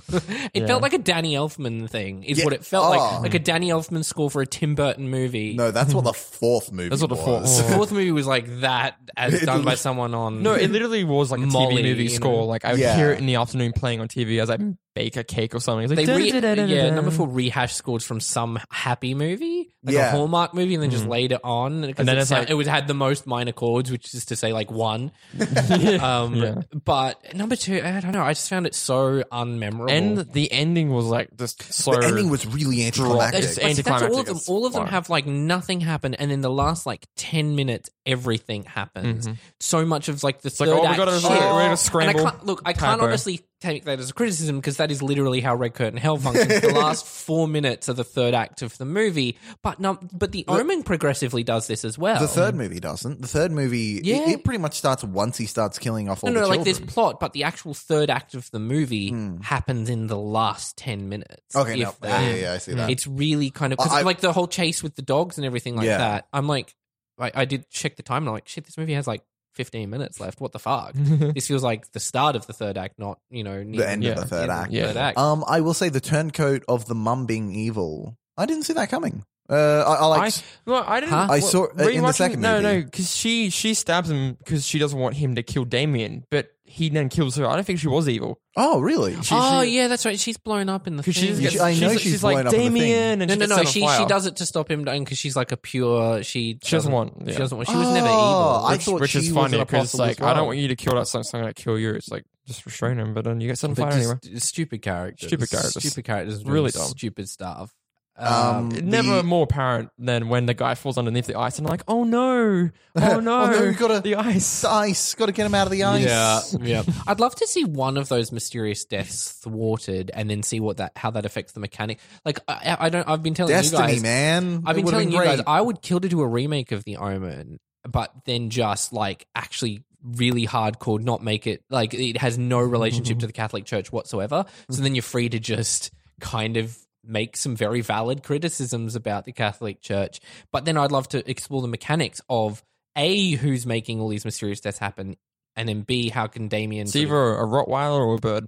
Speaker 4: it
Speaker 6: Yeah.
Speaker 4: felt like a Danny Elfman thing, is
Speaker 5: Yeah.
Speaker 4: what it felt
Speaker 5: Oh.
Speaker 4: like. Like a Danny Elfman score for a Tim Burton movie.
Speaker 5: No, that's what the fourth movie.
Speaker 6: That's what the fourth-
Speaker 5: was. (laughs)
Speaker 4: The
Speaker 6: (laughs)
Speaker 4: fourth movie was like that, as
Speaker 5: It
Speaker 4: done by
Speaker 5: was-
Speaker 4: someone on.
Speaker 6: No, it literally was like a
Speaker 4: Molly,
Speaker 6: TV movie
Speaker 4: you know?
Speaker 6: score. Like I would
Speaker 5: Yeah.
Speaker 6: hear it in the afternoon playing on TV as I bake a cake or something. It's like,
Speaker 4: they re-
Speaker 6: dun, dun, dun,
Speaker 4: yeah,
Speaker 6: dun.
Speaker 4: number four rehash scores from some happy movie, like a
Speaker 5: Yeah. Mm.
Speaker 4: Hallmark movie, and then just laid it on. And
Speaker 6: And
Speaker 4: then
Speaker 6: then
Speaker 4: it,
Speaker 6: it's
Speaker 4: sound-
Speaker 6: like-
Speaker 4: it would had the most minor chords, which is to say like one. um,
Speaker 6: (laughs) Yeah.
Speaker 4: But number two, I don't know. I just found it so unmemorable.
Speaker 6: And the ending was like just so.
Speaker 5: The ending was really anticlimactic.
Speaker 4: That's-
Speaker 6: It's
Speaker 4: that's- that's
Speaker 6: anticlimactic
Speaker 4: all of them.
Speaker 6: as
Speaker 4: All of them
Speaker 6: fuck.
Speaker 4: have like nothing happened, and in the last like ten minutes, everything happens. So much of like the third
Speaker 6: like, oh, we
Speaker 4: act
Speaker 6: gotta-
Speaker 4: shit.
Speaker 6: we're gonna
Speaker 4: And
Speaker 6: scramble.
Speaker 4: I can't, look, I can't
Speaker 6: Typo.
Speaker 4: honestly take that as a criticism because that is literally how Red Curtain Hell functions. the last four minutes are the third act of the movie, but no, but the, Omen progressively does this as well.
Speaker 5: the third movie doesn't. The third movie, it-
Speaker 4: Yeah.
Speaker 5: it, pretty much starts once he starts killing off all
Speaker 4: no, no,
Speaker 5: the
Speaker 4: like
Speaker 5: children.
Speaker 4: this plot, but the actual third act of the movie happens in the last ten minutes.
Speaker 5: Okay,
Speaker 4: if
Speaker 5: no, yeah,
Speaker 4: that.
Speaker 5: yeah, yeah, I see that.
Speaker 4: It's really kind of 'cause,
Speaker 5: I- I-
Speaker 4: like the whole chase with the dogs and everything like
Speaker 5: Yeah.
Speaker 4: that. I'm like, I, I did check the time and I'm like, shit, this movie has like 15 minutes left. What the
Speaker 5: (laughs)
Speaker 4: fuck? this feels like the start of the third act, not you know near
Speaker 5: end
Speaker 6: of the
Speaker 5: third act.
Speaker 4: Yeah.
Speaker 6: Yeah.
Speaker 4: Third act.
Speaker 5: Um, I will say the turncoat of the mum being evil. I didn't see that coming. Uh, I, I like.
Speaker 6: I, well, I didn't.
Speaker 4: Huh?
Speaker 5: I saw- uh, in the
Speaker 6: rewatching-
Speaker 5: second
Speaker 6: No,
Speaker 5: movie.
Speaker 6: no, because she she stabs him because she doesn't want him to kill Damien, but he then kills her. I don't think she was evil.
Speaker 5: Oh, really?
Speaker 4: oh yeah, that's right. She's blown up in the thing.
Speaker 6: Because she's,
Speaker 5: You
Speaker 6: gets-
Speaker 5: should- I know
Speaker 6: she's,
Speaker 5: she's
Speaker 6: like
Speaker 5: blown up in the thing.
Speaker 6: Damien, and
Speaker 4: Mm. no, no, no.
Speaker 6: she gets set on
Speaker 4: She
Speaker 6: fire.
Speaker 4: she does it to stop him dying because she's like a pure. She
Speaker 6: She doesn't want-
Speaker 4: She
Speaker 6: yeah.
Speaker 4: doesn't want. She was never
Speaker 5: Oh,
Speaker 4: evil.
Speaker 5: I
Speaker 6: which,
Speaker 5: thought
Speaker 6: which
Speaker 5: she was
Speaker 6: is funny
Speaker 5: an
Speaker 6: because it's
Speaker 5: apostle as
Speaker 6: like I don't
Speaker 5: well.
Speaker 6: want you to kill that something. I'm gonna kill you. It's like just restrain him, but then you get set on
Speaker 4: But
Speaker 6: fire
Speaker 4: just
Speaker 6: anyway.
Speaker 4: stupid characters.
Speaker 6: Stupid characters.
Speaker 4: Stupid characters. doing
Speaker 6: Really dumb.
Speaker 4: Stupid stuff.
Speaker 5: Um,
Speaker 4: Um,
Speaker 5: the-
Speaker 6: Never more apparent than when the guy falls underneath the ice and I'm like, oh no, (laughs) oh no,
Speaker 5: no, we've gotta-
Speaker 6: the ice.
Speaker 5: ice. Got to get him out of the ice.
Speaker 4: Yeah,
Speaker 5: (laughs)
Speaker 4: yeah. I'd love to see one of those mysterious deaths thwarted, and then see what that how that affects the mechanic. Like I, I don't. I've been telling you
Speaker 5: Destiny,
Speaker 4: guys,
Speaker 5: man.
Speaker 4: I've
Speaker 5: It
Speaker 4: been
Speaker 5: would've
Speaker 4: telling you guys,
Speaker 5: great.
Speaker 4: I would kill to do a remake of The Omen, but then just like actually really hardcore, not make it like it has no relationship to the Catholic Church whatsoever. So then you're free to just kind of make some very valid criticisms about the Catholic Church. But then I'd love to explore the mechanics of A, who's making all these mysterious deaths happen, and then B, how can Damien.
Speaker 6: It's
Speaker 4: sort of-
Speaker 6: either a Rottweiler or a bird.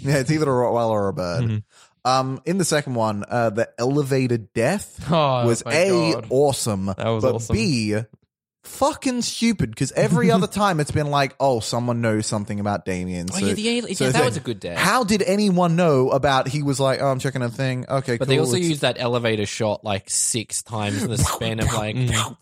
Speaker 5: Yeah, it's either a Rottweiler or a bird.
Speaker 4: Mm-hmm.
Speaker 5: Um, in the second one, uh, the elevated death
Speaker 6: Oh,
Speaker 5: was
Speaker 6: my
Speaker 5: a
Speaker 6: God.
Speaker 5: awesome,
Speaker 6: That was
Speaker 5: but
Speaker 6: awesome.
Speaker 5: b fucking stupid because every
Speaker 6: (laughs)
Speaker 5: other time it's been like, oh, someone knows something about Damien.
Speaker 4: Oh, yeah, the alien- yeah, that
Speaker 5: it's
Speaker 4: was
Speaker 5: like,
Speaker 4: a good death.
Speaker 5: How did anyone know about? He was like, oh, I'm checking a thing. Okay,
Speaker 4: But
Speaker 5: cool.
Speaker 4: they also
Speaker 5: It's-
Speaker 4: use that elevator shot like six times in the span of
Speaker 5: (laughs)
Speaker 4: like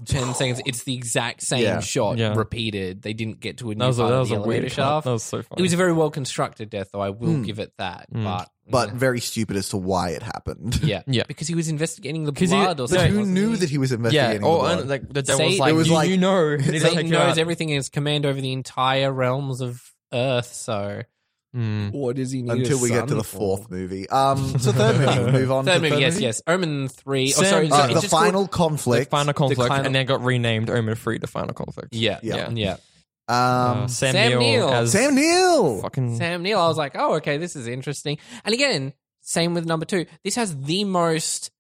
Speaker 4: ten seconds. It's the exact same
Speaker 5: Yeah.
Speaker 4: shot
Speaker 6: Yeah.
Speaker 4: repeated. They didn't get to a new
Speaker 6: That was a,
Speaker 4: part
Speaker 6: that
Speaker 4: of
Speaker 6: was
Speaker 4: the
Speaker 6: a
Speaker 4: elevator
Speaker 6: weird cut.
Speaker 4: shaft.
Speaker 6: That was so funny. Hmm.
Speaker 4: it was a very well constructed death, though. I will give it that. But
Speaker 5: Hmm. but very stupid as to why it happened.
Speaker 4: (laughs)
Speaker 5: (laughs)
Speaker 4: yeah,
Speaker 6: (laughs) Yeah.
Speaker 4: because he was investigating the
Speaker 6: 'Cause he-
Speaker 4: blood or
Speaker 6: but
Speaker 4: something.
Speaker 5: Who
Speaker 4: wasn't
Speaker 5: knew
Speaker 4: he?
Speaker 5: that he was
Speaker 6: yeah,
Speaker 5: investigating?
Speaker 6: or
Speaker 5: the
Speaker 6: and,
Speaker 5: blood?
Speaker 6: like the
Speaker 4: Satan-
Speaker 6: devil's like,
Speaker 4: It
Speaker 5: was
Speaker 6: you,
Speaker 5: like-
Speaker 6: you (laughs) know, they need to take
Speaker 4: Satan
Speaker 6: you
Speaker 4: knows
Speaker 6: out.
Speaker 4: everything. Is command over the entire realms of Earth. So
Speaker 6: Mm.
Speaker 4: what does he need?
Speaker 5: until
Speaker 4: a
Speaker 5: we get
Speaker 4: son
Speaker 5: to the
Speaker 4: for?
Speaker 5: fourth movie. Um, so third movie,
Speaker 4: (laughs)
Speaker 5: we'll move on.
Speaker 4: Third
Speaker 5: to
Speaker 4: movie,
Speaker 5: third
Speaker 4: yes, yes. Omen three. Oh,
Speaker 6: Sam-
Speaker 4: sorry, sorry,
Speaker 6: Uh,
Speaker 5: Uh,
Speaker 4: it's
Speaker 5: the
Speaker 4: just called-
Speaker 5: final
Speaker 6: The
Speaker 5: conflict.
Speaker 6: final conflict,
Speaker 4: final-
Speaker 6: and then got renamed Omen Free to Final Conflict.
Speaker 4: Yeah, yeah,
Speaker 5: Yeah.
Speaker 4: yeah.
Speaker 5: um,
Speaker 6: Um, Sam,
Speaker 4: Sam
Speaker 6: Neill,
Speaker 4: Neill.
Speaker 6: as
Speaker 5: Sam Neill.
Speaker 6: fucking
Speaker 4: Sam Neill. I was like, oh, okay, this is interesting. And again, same with number two. This has the most,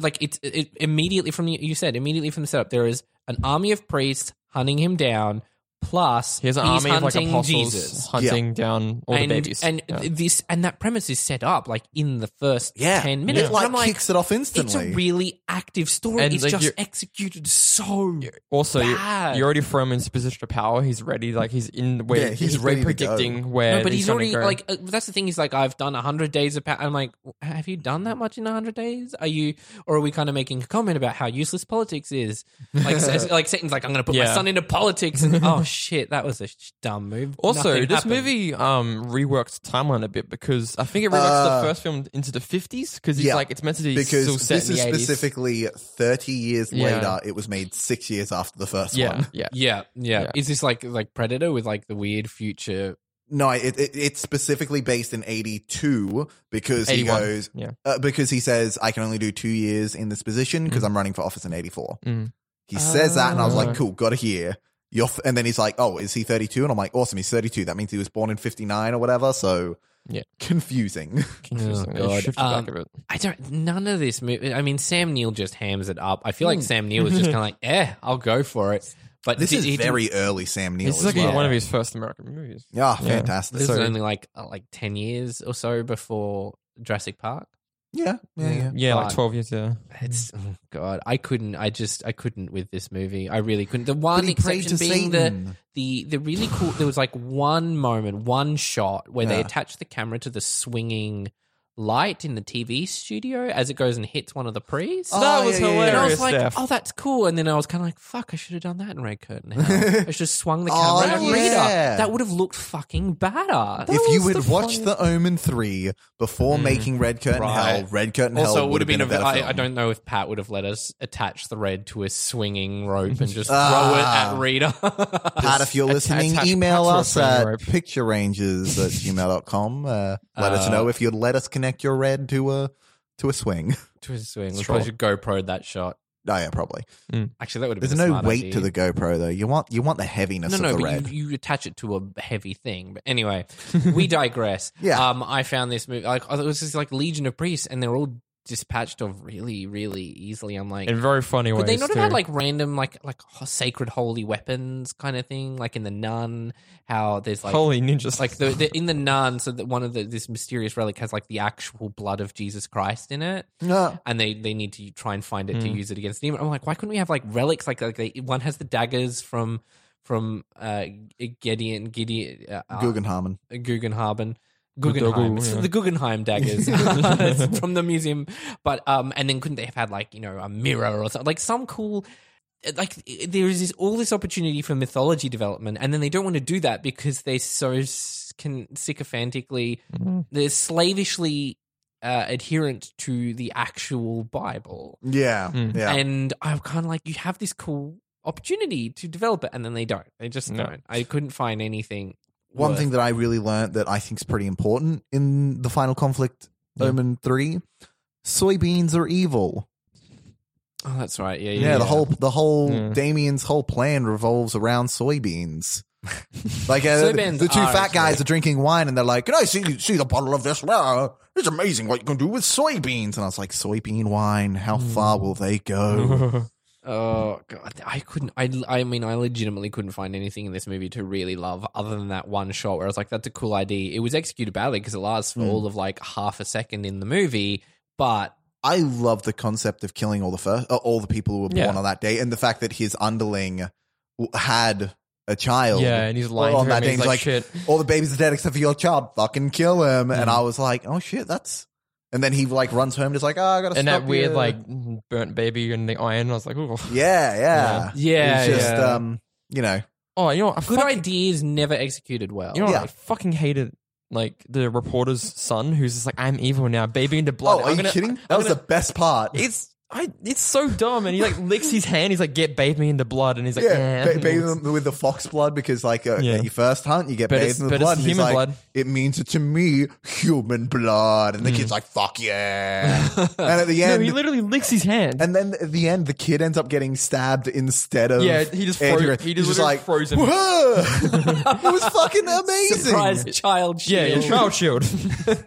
Speaker 4: like, it's it, immediately from the, you said immediately from the setup. There is an army of priests hunting him down. Plus,
Speaker 6: He has an
Speaker 4: he's
Speaker 6: army of like
Speaker 4: hunting
Speaker 6: apostles
Speaker 4: Jesus.
Speaker 6: hunting down all
Speaker 4: and
Speaker 6: the babies.
Speaker 4: and
Speaker 6: Yeah.
Speaker 4: this and that premise is set up like in the first
Speaker 5: Yeah,
Speaker 4: ten minutes.
Speaker 5: It
Speaker 4: And
Speaker 5: like,
Speaker 4: I'm like,
Speaker 5: kicks it off
Speaker 4: it's
Speaker 5: instantly.
Speaker 4: a really active story.
Speaker 6: And,
Speaker 4: it's
Speaker 6: like,
Speaker 4: just
Speaker 6: you're-
Speaker 4: executed so.
Speaker 6: also, you-
Speaker 4: bad.
Speaker 6: you already throw him into position of power. He's ready. Like he's in where
Speaker 5: Yeah, he's ready to go.
Speaker 6: predicting where.
Speaker 4: No, but he's
Speaker 6: gonna
Speaker 4: already
Speaker 6: go.
Speaker 4: like uh, that's the thing. He's like, I've done hundred days of. Pa-. I'm like, have you done that much in hundred days? Are you, or are we kind of making a comment about how useless politics is? Like, (laughs) s- like Satan's like, I'm going to put my
Speaker 6: Yeah.
Speaker 4: son into politics, and oh shit, that was a sh- dumb (laughs) move.
Speaker 6: Also,
Speaker 4: Nothing
Speaker 6: this
Speaker 4: happened.
Speaker 6: movie um reworked the timeline a bit because I think it reworks
Speaker 5: Uh,
Speaker 6: the first film into the fifties because it's
Speaker 5: yeah.
Speaker 6: like it's meant to be still
Speaker 5: because
Speaker 6: set
Speaker 5: this
Speaker 6: in
Speaker 5: is
Speaker 6: the 80s.
Speaker 5: specifically 30 years
Speaker 6: Yeah.
Speaker 5: later. It was made six years after the first
Speaker 6: Yeah,
Speaker 5: one.
Speaker 6: yeah.
Speaker 4: Yeah, yeah,
Speaker 6: Yeah.
Speaker 4: Is this like like Predator with like the weird future?
Speaker 5: No, it, it, it's specifically based in 82 because he
Speaker 6: 81.
Speaker 5: goes,
Speaker 6: Yeah.
Speaker 5: uh, because he says, I can only do two years in this position because I'm running for office in 84.
Speaker 6: Mm.
Speaker 5: He says that, and I was
Speaker 6: Oh.
Speaker 5: like, cool, got to hear. You're f-. And then he's like, oh, is he 32? And I'm like, awesome, he's 32. That means he was born in 59 or whatever. So
Speaker 6: Yeah.
Speaker 5: confusing.
Speaker 6: Confusing. They
Speaker 4: God.
Speaker 6: shifted
Speaker 4: Um,
Speaker 6: back a bit.
Speaker 4: I don't. None of this movie. I mean, Sam Neill just hams it up. I feel like Sam Neill (laughs) was just kind of like, eh, I'll go for it. But
Speaker 5: this
Speaker 4: did-
Speaker 5: is
Speaker 4: he didn't-
Speaker 5: very early Sam Neill.
Speaker 6: This is
Speaker 5: As
Speaker 6: like
Speaker 5: well.
Speaker 6: one of his first American movies.
Speaker 5: Yeah,
Speaker 6: Yeah.
Speaker 5: fantastic.
Speaker 4: This
Speaker 5: So-
Speaker 4: is only like uh, like ten years or so before Jurassic Park.
Speaker 5: yeah, yeah, yeah.
Speaker 6: Yeah, like
Speaker 4: But-
Speaker 6: twelve years. Yeah.
Speaker 4: It's (laughs) oh God, I couldn't. I just I couldn't with this movie. I really couldn't. The one
Speaker 5: But he prayed
Speaker 4: exception
Speaker 5: to
Speaker 4: being the
Speaker 5: Satan.
Speaker 4: the the really cool. There was like one moment, one shot where they
Speaker 5: Yeah.
Speaker 4: attach the camera to the swinging light in the TV studio as it goes and hits one of the priests.
Speaker 5: Oh,
Speaker 6: that was
Speaker 5: yeah, yeah, yeah.
Speaker 4: and I was
Speaker 6: hilarious.
Speaker 4: like,
Speaker 6: Steph.
Speaker 4: "Oh, that's cool." And then I was kind of like, "Fuck, I should have done that in Red Curtain." Hell.
Speaker 5: (laughs)
Speaker 4: I just swung the
Speaker 5: Oh,
Speaker 4: camera. at a reader.
Speaker 5: yeah.
Speaker 4: That would have looked fucking badass.
Speaker 5: if you had watched The Omen 3 before making Red Curtain
Speaker 4: Hmm. Right.
Speaker 5: Hell, Red Curtain
Speaker 4: Also,
Speaker 5: Hell
Speaker 4: it would have been. a
Speaker 5: better
Speaker 4: I,
Speaker 5: film.
Speaker 4: I don't know if Pat would have let us attach the red to a swinging rope and just throw it
Speaker 5: Ah.
Speaker 4: at Rita. (laughs)
Speaker 5: Pat, if you're listening,
Speaker 6: attach
Speaker 5: email
Speaker 6: Pat to a
Speaker 5: us
Speaker 6: friend
Speaker 5: at
Speaker 6: rope.
Speaker 4: (laughs)
Speaker 5: picturerangers at gmail.com. Uh, let us know if you'd let us connect your red to a to a swing. (laughs)
Speaker 4: to a swing, we probably should GoPro that shot.
Speaker 5: Oh yeah, probably.
Speaker 4: Actually, that would have
Speaker 5: There's
Speaker 4: been. a
Speaker 5: no
Speaker 4: smart
Speaker 5: weight
Speaker 4: idea.
Speaker 5: to the GoPro though. You want you want the heaviness
Speaker 4: No, no,
Speaker 5: of the
Speaker 4: but
Speaker 5: red.
Speaker 4: you, you attach it to a heavy thing. But
Speaker 5: (laughs)
Speaker 4: anyway, we digress.
Speaker 5: Yeah.
Speaker 4: Um, I found this movie like oh, it was just like Legion of Priests, and they're all dispatched of really, really easily. I'm like,
Speaker 6: in very funny ways.
Speaker 4: Could they not
Speaker 6: too.
Speaker 4: have had like random like like ho- sacred holy weapons kind of thing like in the nun how there's like
Speaker 6: holy ninjas?
Speaker 4: like the, the in the nun so that one of the this mysterious relic has like the actual blood of Jesus Christ in it
Speaker 5: No.
Speaker 4: and they they need to try and find it to
Speaker 6: Hmm.
Speaker 4: use it against the demon I'm like why couldn't we have like relics like like they, one has the daggers from from uh, Gideon Gideon uh, uh,
Speaker 5: Guggenheim.
Speaker 4: Guggenhaben. Guggenheim.
Speaker 6: Doggo,
Speaker 4: It's
Speaker 6: yeah.
Speaker 4: the Guggenheim daggers (laughs) It's from the museum. But um, and then couldn't they have had like you know a mirror or something like some cool. Like there is this, all this opportunity for mythology development, and then they don't want to do that because they so s- can sycophantically, they're slavishly uh, adherent to the actual Bible,
Speaker 5: Yeah,
Speaker 6: Mm.
Speaker 5: yeah.
Speaker 4: Hmm. and I'm kind of like, you have this cool opportunity to develop it, and then they don't. They just
Speaker 6: No.
Speaker 4: don't. I couldn't find anything.
Speaker 5: One
Speaker 4: worth-
Speaker 5: thing that I really learned that I think is pretty important in the final conflict,
Speaker 6: Yeah.
Speaker 5: Omen Three, soybeans are evil.
Speaker 4: Oh, that's right. Yeah, yeah.
Speaker 5: Yeah, the whole the whole
Speaker 6: Yeah.
Speaker 5: Damien's whole plan revolves around soybeans. like uh,
Speaker 4: Soybeans
Speaker 5: the two
Speaker 4: are
Speaker 5: fat guys
Speaker 4: actually-
Speaker 5: are drinking wine and they're like, "Can I see see the bottle of this? Wow, it's amazing what you can do with soybeans." And I was like, "Soybean wine, how far will they go?"
Speaker 6: (laughs)
Speaker 4: Oh god, I couldn't. I I mean, I legitimately couldn't find anything in this movie to really love other than that one shot where I was like, "That's a cool idea." It was executed badly because it lasts for
Speaker 5: Mm.
Speaker 4: all of like half a second in the movie, but
Speaker 5: I love the concept of killing all the first, uh, all the people who were born
Speaker 6: Yeah.
Speaker 5: on that day, and the fact that his underling w- had a child.
Speaker 6: yeah, and he's lying
Speaker 5: on
Speaker 6: to
Speaker 5: that
Speaker 6: him.
Speaker 5: day,
Speaker 6: He's
Speaker 5: he's
Speaker 6: like,
Speaker 5: like,
Speaker 6: shit. Mm.
Speaker 5: all the babies are dead except for your child. Fucking kill him. And I was like, oh shit, that's. And then he like runs home and is like, oh, I gotta
Speaker 6: And
Speaker 5: stop
Speaker 6: that weird
Speaker 5: you."
Speaker 6: like mm, burnt baby and the iron. I was like, oh,
Speaker 5: Yeah, yeah.
Speaker 4: yeah,
Speaker 5: It's just,
Speaker 4: yeah.
Speaker 5: um, you know,
Speaker 6: oh, you know, what? I
Speaker 4: good
Speaker 6: fuck-
Speaker 4: ideas never executed well.
Speaker 6: You know, what?
Speaker 5: Yeah.
Speaker 6: I fucking hated like the reporter's son who's just like, I'm evil now, baby into
Speaker 5: oh,
Speaker 6: blood. I'm
Speaker 5: are you
Speaker 6: gonna-
Speaker 5: kidding?
Speaker 6: I'm
Speaker 5: That was
Speaker 6: gonna-
Speaker 5: the best
Speaker 6: (laughs)
Speaker 5: part.
Speaker 6: It's I. It's so dumb, and he like licks his hand. He's like, "Get bathe me into blood," and he's like,
Speaker 5: yeah,
Speaker 6: "Eh."
Speaker 5: ba-
Speaker 6: (laughs)
Speaker 5: bathe them with the fox blood because, like, uh,
Speaker 6: Yeah.
Speaker 5: at your first hunt, you get
Speaker 6: But
Speaker 5: bathed
Speaker 6: it's-
Speaker 5: in the
Speaker 6: but it's
Speaker 5: blood. and he's
Speaker 6: human
Speaker 5: like,
Speaker 6: blood. Mm.
Speaker 5: It means to me human blood, and the kid's like, "Fuck
Speaker 6: (laughs)
Speaker 5: yeah!" and at the
Speaker 6: No,
Speaker 5: end,
Speaker 6: he literally licks his hand.
Speaker 5: and then at the end, the kid ends up getting stabbed instead of.
Speaker 6: Yeah, he just froze-
Speaker 5: Andrew Gar-
Speaker 6: he
Speaker 5: He's
Speaker 6: just literally froze him.
Speaker 5: "Whoa!"
Speaker 6: (laughs)
Speaker 5: it was fucking amazing.
Speaker 4: Surprise child
Speaker 6: yeah,
Speaker 4: shield.
Speaker 6: yeah, child shield.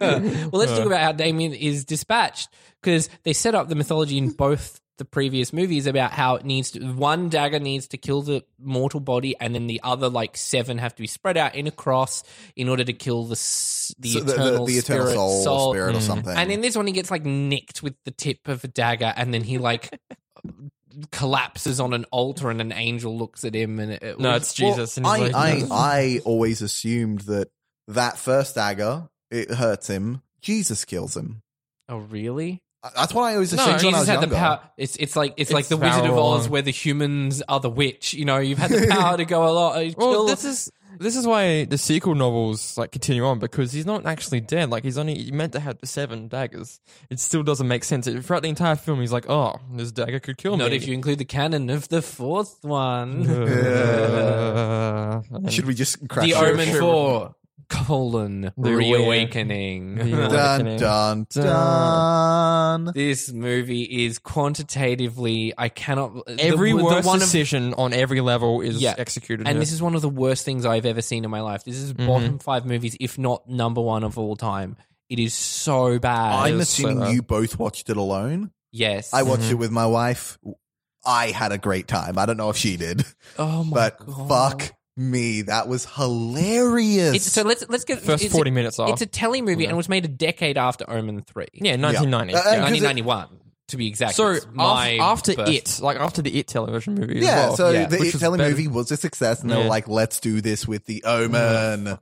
Speaker 6: (laughs)
Speaker 4: well, let's talk about how Damien is dispatched because they set up the mythology in both the previous movies about how it needs to, one dagger needs to kill the mortal body, and then the other like seven have to be spread out in a cross in order to kill the s- the,
Speaker 5: So
Speaker 4: eternal,
Speaker 5: the eternal
Speaker 4: spirit,
Speaker 5: soul,
Speaker 4: soul.
Speaker 5: spirit
Speaker 6: Mm.
Speaker 5: or something.
Speaker 4: And in this one, he gets like nicked with the tip of a dagger, and then he like (laughs) collapses on an altar, and an angel looks at him, and it, it
Speaker 6: no,
Speaker 4: was-
Speaker 6: it's Jesus.
Speaker 5: I,
Speaker 6: and he's
Speaker 5: I,
Speaker 6: like,
Speaker 5: I always assumed that that first dagger it hurts him. Jesus kills him.
Speaker 4: oh really?
Speaker 5: That's what I always
Speaker 4: No,
Speaker 5: assumed. when I
Speaker 4: Jesus
Speaker 5: was
Speaker 4: had
Speaker 5: younger.
Speaker 4: the power. It's it's like it's, like
Speaker 6: It's
Speaker 4: the Wizard of
Speaker 6: power.
Speaker 4: Oz, where the humans are the witch. You know, you've had the power to go a lot. uh,
Speaker 6: Well,
Speaker 4: kill-
Speaker 6: this is this is why the sequel novels like continue on because he's not actually dead. Like he's only he meant to have seven daggers. It still doesn't make sense. It, throughout the entire film, he's like, "Oh, this dagger could kill me."
Speaker 4: not if you include the canon of the fourth one,
Speaker 6: Uh, and-
Speaker 5: Should we just
Speaker 4: (laughs)
Speaker 5: crash?
Speaker 4: the
Speaker 5: here?
Speaker 4: Omen Four colon reawakening.
Speaker 6: Reawakening.
Speaker 5: Dun dun dun.
Speaker 4: (laughs) This movie is quantitatively. I cannot. the-
Speaker 6: every
Speaker 4: the
Speaker 6: worst
Speaker 4: one of-
Speaker 6: decision on every level is
Speaker 4: Yeah.
Speaker 6: executed.
Speaker 4: and
Speaker 6: here.
Speaker 4: this is one of the worst things I've ever seen in my life. This is bottom five movies, if not number one of all time. It is so bad.
Speaker 5: I'm
Speaker 4: It was
Speaker 5: assuming
Speaker 4: so bad.
Speaker 5: you both watched it alone.
Speaker 4: Yes,
Speaker 5: I watched it with my wife. I had a great time. I don't know if she did,
Speaker 4: Oh my
Speaker 5: but
Speaker 4: God.
Speaker 5: fuck me, that was hilarious.
Speaker 4: It's, so let's let's get
Speaker 6: First
Speaker 4: it's
Speaker 6: 40
Speaker 4: a,
Speaker 6: minutes are.
Speaker 4: It's a telly movie and was made a decade after Omen Three.
Speaker 6: yeah, 1990.
Speaker 5: Uh,
Speaker 6: Yeah.
Speaker 5: and- 'cause it-
Speaker 4: 1991 to be exact.
Speaker 6: So
Speaker 4: It's
Speaker 6: af-
Speaker 4: my
Speaker 6: after
Speaker 4: birth-
Speaker 6: it, like after the it television movie, as
Speaker 5: yeah,
Speaker 6: well,
Speaker 5: so
Speaker 4: yeah,
Speaker 5: the
Speaker 6: which
Speaker 5: it
Speaker 6: was
Speaker 5: telling
Speaker 6: better-
Speaker 5: movie was a success, and they were
Speaker 6: Yeah.
Speaker 5: like, "Let's do this with the Omen." uh,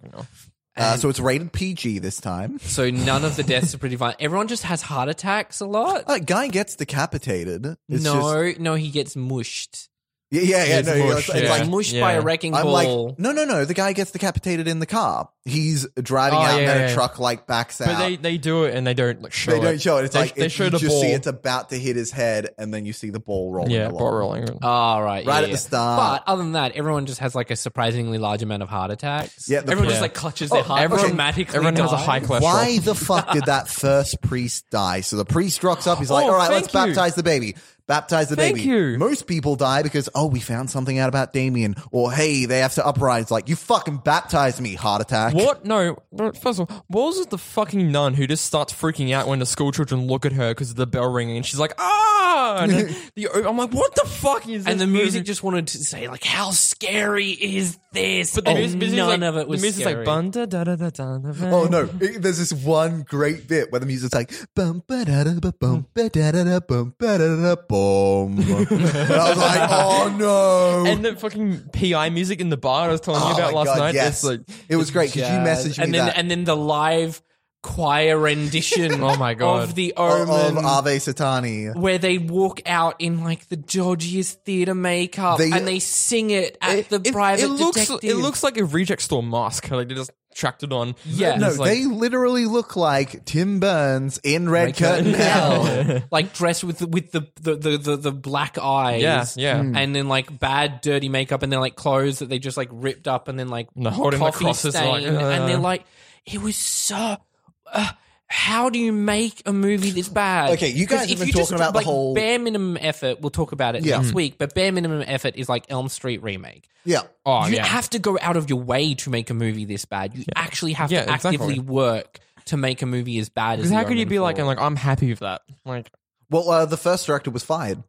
Speaker 4: And-
Speaker 5: so it's rated PG this time.
Speaker 4: so none of the deaths are pretty violent. Everyone just has heart attacks a lot.
Speaker 5: Uh, guy gets decapitated. (laughs) It's just,
Speaker 4: no, no, he gets mushed.
Speaker 5: yeah, yeah, yeah.
Speaker 6: He's
Speaker 5: No,
Speaker 6: mushed,
Speaker 5: it's,
Speaker 6: yeah.
Speaker 5: it's like
Speaker 4: Like mushed by
Speaker 6: Yeah.
Speaker 4: a wrecking
Speaker 5: I'm
Speaker 4: ball.
Speaker 5: like, no, no, no. The guy gets decapitated in the car. He's driving
Speaker 6: Oh,
Speaker 5: out, and
Speaker 6: yeah,
Speaker 5: then
Speaker 6: yeah.
Speaker 5: a truck like backs out.
Speaker 6: But they, they do it and they don't like show
Speaker 5: They
Speaker 6: it.
Speaker 5: don't show it. It's
Speaker 6: they,
Speaker 5: like
Speaker 6: they
Speaker 5: it-
Speaker 6: show
Speaker 5: you
Speaker 6: the
Speaker 5: just
Speaker 6: ball.
Speaker 5: see it's about to hit his head, and then you see the ball rolling.
Speaker 6: yeah,
Speaker 5: along.
Speaker 6: ball rolling.
Speaker 4: Oh, right,
Speaker 5: Right
Speaker 4: yeah,
Speaker 5: at the
Speaker 4: yeah.
Speaker 5: start.
Speaker 4: But other than that, everyone just has like a surprisingly large amount of heart attacks.
Speaker 5: Yeah, the-
Speaker 4: everyone just
Speaker 6: Yeah.
Speaker 4: like clutches their heart.
Speaker 6: everyone-
Speaker 4: dramatically
Speaker 6: everyone has a
Speaker 4: dies.
Speaker 6: high cholesterol.
Speaker 5: Why the fuck did that first priest die? So the priest rocks up. He's like,
Speaker 6: Oh,
Speaker 5: all right, let's
Speaker 6: thank you.
Speaker 5: baptize the baby. Baptize the
Speaker 6: Thank
Speaker 5: baby.
Speaker 6: you.
Speaker 5: Most people die because, oh, we found something out about Damien. Or, hey, they have to uprise. Like, you fucking baptized me, heart attack.
Speaker 6: What? No. but First of all, what was it the fucking nun who just starts freaking out when the school children look at her because of the bell ringing and she's like, ah! And
Speaker 5: (laughs)
Speaker 6: then the, I'm like, what the fuck is this?
Speaker 4: and the music
Speaker 6: movie?
Speaker 4: just wanted to say like, how scary is this?
Speaker 6: Oh, But the
Speaker 4: And
Speaker 6: music, music's
Speaker 4: none
Speaker 6: like,
Speaker 4: of it was
Speaker 6: The music's
Speaker 4: scary.
Speaker 6: like, bun da da da da da. da-
Speaker 5: Oh no! It- there's this
Speaker 6: Hmm.
Speaker 5: one great bit where the music's like bum ba da da ba bum ba da da da bum ba da da da
Speaker 6: (laughs)
Speaker 5: bum. and I was like, oh no.
Speaker 6: And the fucking PI music in the bar I was telling
Speaker 5: Oh
Speaker 6: you about
Speaker 5: my
Speaker 6: last
Speaker 5: God,
Speaker 6: night.
Speaker 5: yes.
Speaker 6: It's like
Speaker 5: it was great because you messaged me
Speaker 4: and then
Speaker 5: that.
Speaker 4: and then the live choir rendition
Speaker 6: (laughs) Oh my God.
Speaker 4: of the
Speaker 5: of uh,
Speaker 4: omen
Speaker 5: of Ave Satani.
Speaker 4: where they walk out in like the dodgiest theater makeup
Speaker 5: They-
Speaker 4: and they sing it at the
Speaker 6: it,
Speaker 4: private
Speaker 6: it looks
Speaker 4: detective.
Speaker 6: it looks like a reject store mask. Like they just tracked it on.
Speaker 4: Yeah.
Speaker 6: And
Speaker 5: No,
Speaker 6: it's like,
Speaker 5: they literally look like Tim Burns in Red Curtain Hell.
Speaker 4: (laughs) like dressed with the, with the the, the the the black eyes.
Speaker 6: Yeah, yeah.
Speaker 5: Hmm.
Speaker 6: Mm.
Speaker 4: And then like bad dirty makeup and then like clothes that they just like ripped up and then like
Speaker 6: And they're holding the
Speaker 4: coffee
Speaker 6: crosses, like,
Speaker 4: stained, and they're
Speaker 6: uh.
Speaker 4: like it was so uh, how do you make a movie this bad?
Speaker 5: Okay, you
Speaker 4: 'Cause
Speaker 5: guys have
Speaker 4: if
Speaker 5: been
Speaker 4: you just
Speaker 5: talking about the
Speaker 4: like,
Speaker 5: whole-
Speaker 4: bare minimum effort. We'll talk about it
Speaker 5: Yeah.
Speaker 6: Hmm.
Speaker 4: next week, but bare minimum effort is like Elm Street remake.
Speaker 5: (laughs) Yeah.
Speaker 4: Oh, you
Speaker 6: yeah.
Speaker 4: have to go out of your way to make a movie this bad. You actually have
Speaker 6: Yeah,
Speaker 4: to actively
Speaker 6: exactly.
Speaker 4: work to make a movie as bad as.
Speaker 6: Because how
Speaker 4: The
Speaker 6: could you
Speaker 4: Omen
Speaker 6: be like,
Speaker 4: 4?
Speaker 6: I'm like, I'm happy with that. Like,
Speaker 5: Well, uh, the first director was fired.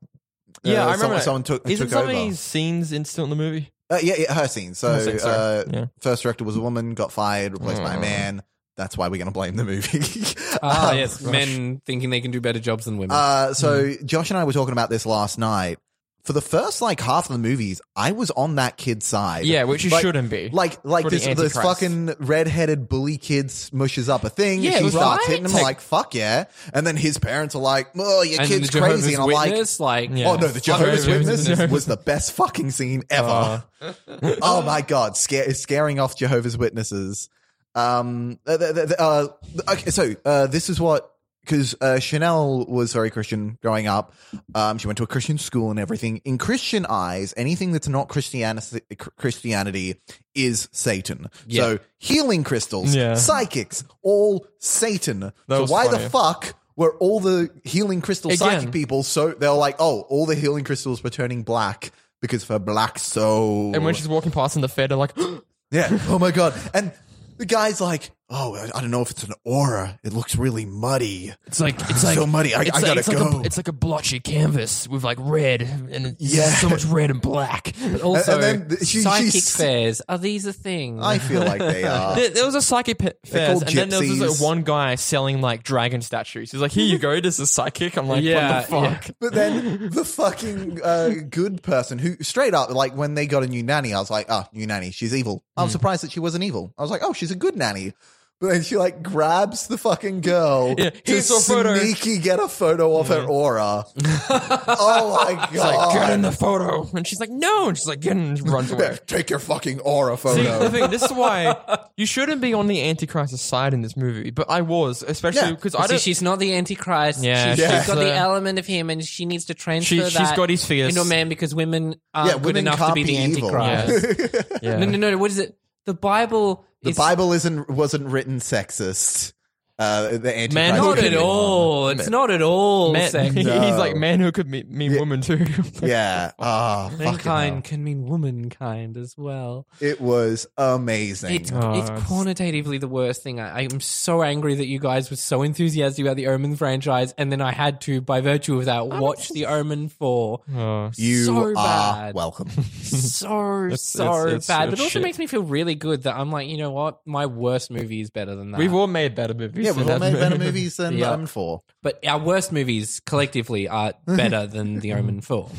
Speaker 5: Uh,
Speaker 6: yeah, I
Speaker 5: someone-
Speaker 6: remember.
Speaker 5: someone took
Speaker 6: Isn't
Speaker 5: took
Speaker 6: some
Speaker 5: over.
Speaker 6: of these scenes instant in the movie?
Speaker 5: Uh, yeah, yeah, her scene. So,
Speaker 6: Her scene, sorry.
Speaker 5: uh,
Speaker 6: Yeah.
Speaker 5: first director was a woman, got fired, replaced by a man. That's why we're going to blame the movie. (laughs)
Speaker 4: Ah,
Speaker 5: Um,
Speaker 4: yes, men thinking they can do better jobs than women.
Speaker 5: Uh,
Speaker 6: Mm.
Speaker 5: so Josh and I were talking about this last night. For the first like half of the movies, I was on that kid's side.
Speaker 6: Yeah, which you
Speaker 5: Like-
Speaker 6: shouldn't be.
Speaker 5: Like, like
Speaker 6: For the
Speaker 5: this, this
Speaker 6: Antichrist.
Speaker 5: fucking redheaded bully kid smushes up a thing.
Speaker 4: Yeah,
Speaker 5: she
Speaker 4: right?
Speaker 5: starts hitting him. I'm
Speaker 4: Like-
Speaker 5: like, fuck yeah! And then his parents are like, oh, your
Speaker 4: and
Speaker 5: kid's
Speaker 4: the
Speaker 5: crazy. And I'm
Speaker 4: Jehovah's
Speaker 5: like,
Speaker 4: Witness, like,
Speaker 6: Yeah.
Speaker 5: Oh no, the Jehovah's Witness was the best fucking scene ever.
Speaker 6: Uh.
Speaker 5: (laughs) oh my god, scare, scaring off Jehovah's Witnesses. Um, uh, th- th- th- uh, okay, so uh, this is what because uh, Chanel was very Christian growing up. Um, she went to a Christian school and everything. In Christian eyes, anything that's not Christianity, Christianity is Satan. So healing crystals,
Speaker 6: Yeah.
Speaker 5: psychics, all Satan. so
Speaker 6: was
Speaker 5: why the
Speaker 6: funny.
Speaker 5: fuck? Were all the healing crystal
Speaker 6: Again.
Speaker 5: psychic people so they're like, oh, all the healing crystals were turning black because of her black soul.
Speaker 6: And when she's walking past in the fed, they're like, (gasps)
Speaker 5: yeah, oh my god. And the guy's like, oh, I, I don't know if it's an aura. It looks really muddy.
Speaker 6: it's like,
Speaker 5: It's (gasps) so muddy. I, I
Speaker 6: It's, like,
Speaker 5: gotta
Speaker 6: it's,
Speaker 5: go.
Speaker 6: like a, it's like a blotchy canvas with like red and it's
Speaker 5: Yeah.
Speaker 6: so much red and black.
Speaker 4: also
Speaker 5: (laughs) and then th- she-
Speaker 4: psychic
Speaker 5: (laughs) she's-
Speaker 4: fairs are these a thing?
Speaker 5: I feel like they
Speaker 6: (laughs)
Speaker 5: are.
Speaker 6: There, there was a psychic pe- fair,
Speaker 5: called
Speaker 6: and then there was this,
Speaker 5: gypsies.
Speaker 6: like, one guy selling like dragon statues. He's like, "Here
Speaker 5: (laughs)
Speaker 6: you go, this is psychic." I'm like,
Speaker 4: Yeah,
Speaker 6: "What the fuck?"
Speaker 5: But then the fucking uh, good person who straight up, like when they got a new nanny, I was like, oh, new nanny, she's evil.
Speaker 6: Hmm.
Speaker 5: I'm surprised that she wasn't evil. I was like, oh, she's a good nanny. But then she like grabs the fucking girl
Speaker 6: (laughs) Yeah,
Speaker 5: to
Speaker 6: here's your photo.
Speaker 5: sneaky get a photo of her
Speaker 6: (laughs)
Speaker 5: aura. oh my
Speaker 6: Like,
Speaker 5: god!
Speaker 6: get
Speaker 5: (laughs)
Speaker 6: in the photo, and she's like, "No," and she's like, "Get in," and runs away.
Speaker 5: Take your fucking aura
Speaker 6: See,
Speaker 5: photo.
Speaker 6: the thing, this
Speaker 5: (laughs)
Speaker 6: is why you shouldn't be on the Antichrist's side in this movie, but I was, especially
Speaker 5: Yeah.
Speaker 6: because
Speaker 4: See,
Speaker 6: I don't.
Speaker 4: she's not the Antichrist.
Speaker 6: Yeah,
Speaker 4: she,
Speaker 5: Yeah.
Speaker 4: has got
Speaker 6: she's,
Speaker 4: the
Speaker 6: uh,
Speaker 4: element of him, and she needs to transfer
Speaker 6: She-
Speaker 4: that
Speaker 6: she's got his fierce-
Speaker 4: into a man because women aren't
Speaker 5: Yeah,
Speaker 4: good
Speaker 5: women
Speaker 4: enough to
Speaker 5: can't
Speaker 4: be,
Speaker 5: be
Speaker 4: the
Speaker 5: evil.
Speaker 4: Antichrist.
Speaker 6: (laughs)
Speaker 5: (laughs)
Speaker 6: yeah.
Speaker 4: No, no, no, no. What is it? The Bible.
Speaker 5: the
Speaker 4: is-
Speaker 5: Bible isn't wasn't written sexist. Uh, the Antichrist.
Speaker 6: Man,
Speaker 4: Not at
Speaker 6: Okay.
Speaker 4: all. It's not at all.
Speaker 6: Man,
Speaker 4: sexy.
Speaker 6: (laughs) he's
Speaker 5: No.
Speaker 6: like man who could mean, mean woman too. (laughs)
Speaker 5: Yeah. Ah, fucking
Speaker 4: Mankind
Speaker 5: hell.
Speaker 4: can mean womankind as well.
Speaker 5: It was amazing.
Speaker 4: It's,
Speaker 6: Oh,
Speaker 4: it's quantitatively the worst thing. I, I'm so angry that you guys were so enthusiastic about the Omen franchise, and then I had to, by virtue of that, watch the Omen 4.
Speaker 5: you
Speaker 4: so
Speaker 5: are
Speaker 4: bad.
Speaker 5: welcome.
Speaker 4: (laughs)
Speaker 6: (laughs)
Speaker 4: So, so
Speaker 6: Oh. it's- it's-
Speaker 4: bad.
Speaker 6: it's
Speaker 4: but it also
Speaker 6: shit.
Speaker 4: makes me feel really good that I'm like, you know what? My worst movie is better than that.
Speaker 6: We've all made better movies.
Speaker 5: yeah,
Speaker 6: than
Speaker 5: we've all
Speaker 6: that
Speaker 5: made better
Speaker 6: (laughs) movie.
Speaker 5: movies than
Speaker 4: Yeah.
Speaker 5: um, four.
Speaker 4: but our worst movies collectively
Speaker 6: (laughs)
Speaker 4: are better than The Omen 4.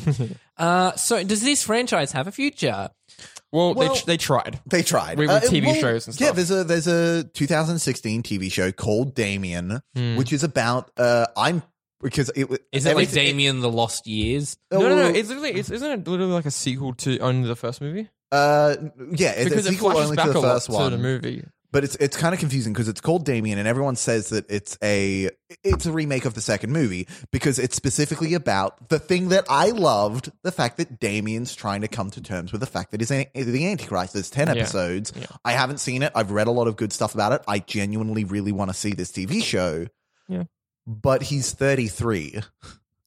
Speaker 4: Uh, so, does this franchise have a future?
Speaker 6: Well,
Speaker 5: Well-
Speaker 6: they, they tried.
Speaker 5: They tried. Uh,
Speaker 6: With- with
Speaker 5: it-
Speaker 6: TV shows and
Speaker 5: Yeah,
Speaker 6: stuff.
Speaker 5: there's a there's a 2016 TV show called Damien,
Speaker 6: Hmm.
Speaker 5: which is about uh I'm because it was
Speaker 4: Is it like
Speaker 5: everything-
Speaker 4: Damien the Lost Years?
Speaker 5: Oh,
Speaker 6: no, no, no. It's literally, it's, isn't it literally like a sequel to only the first movie?
Speaker 5: Uh, yeah, it's
Speaker 6: Because
Speaker 5: a
Speaker 6: it
Speaker 5: sequel
Speaker 6: flashes
Speaker 5: only
Speaker 6: back
Speaker 5: to the
Speaker 6: a lot
Speaker 5: first one.
Speaker 6: to the movie.
Speaker 5: But it's it's kind of confusing because it's called Damien, and everyone says that it's a it's a remake of the second movie because it's specifically about the thing that I loved, the fact that Damien's trying to come to terms with the fact that he's an, the Antichrist. There's ten episodes. I haven't seen it. I've read a lot of good stuff about it. I genuinely really want to see this TV show.
Speaker 6: Yeah.
Speaker 5: But he's 33.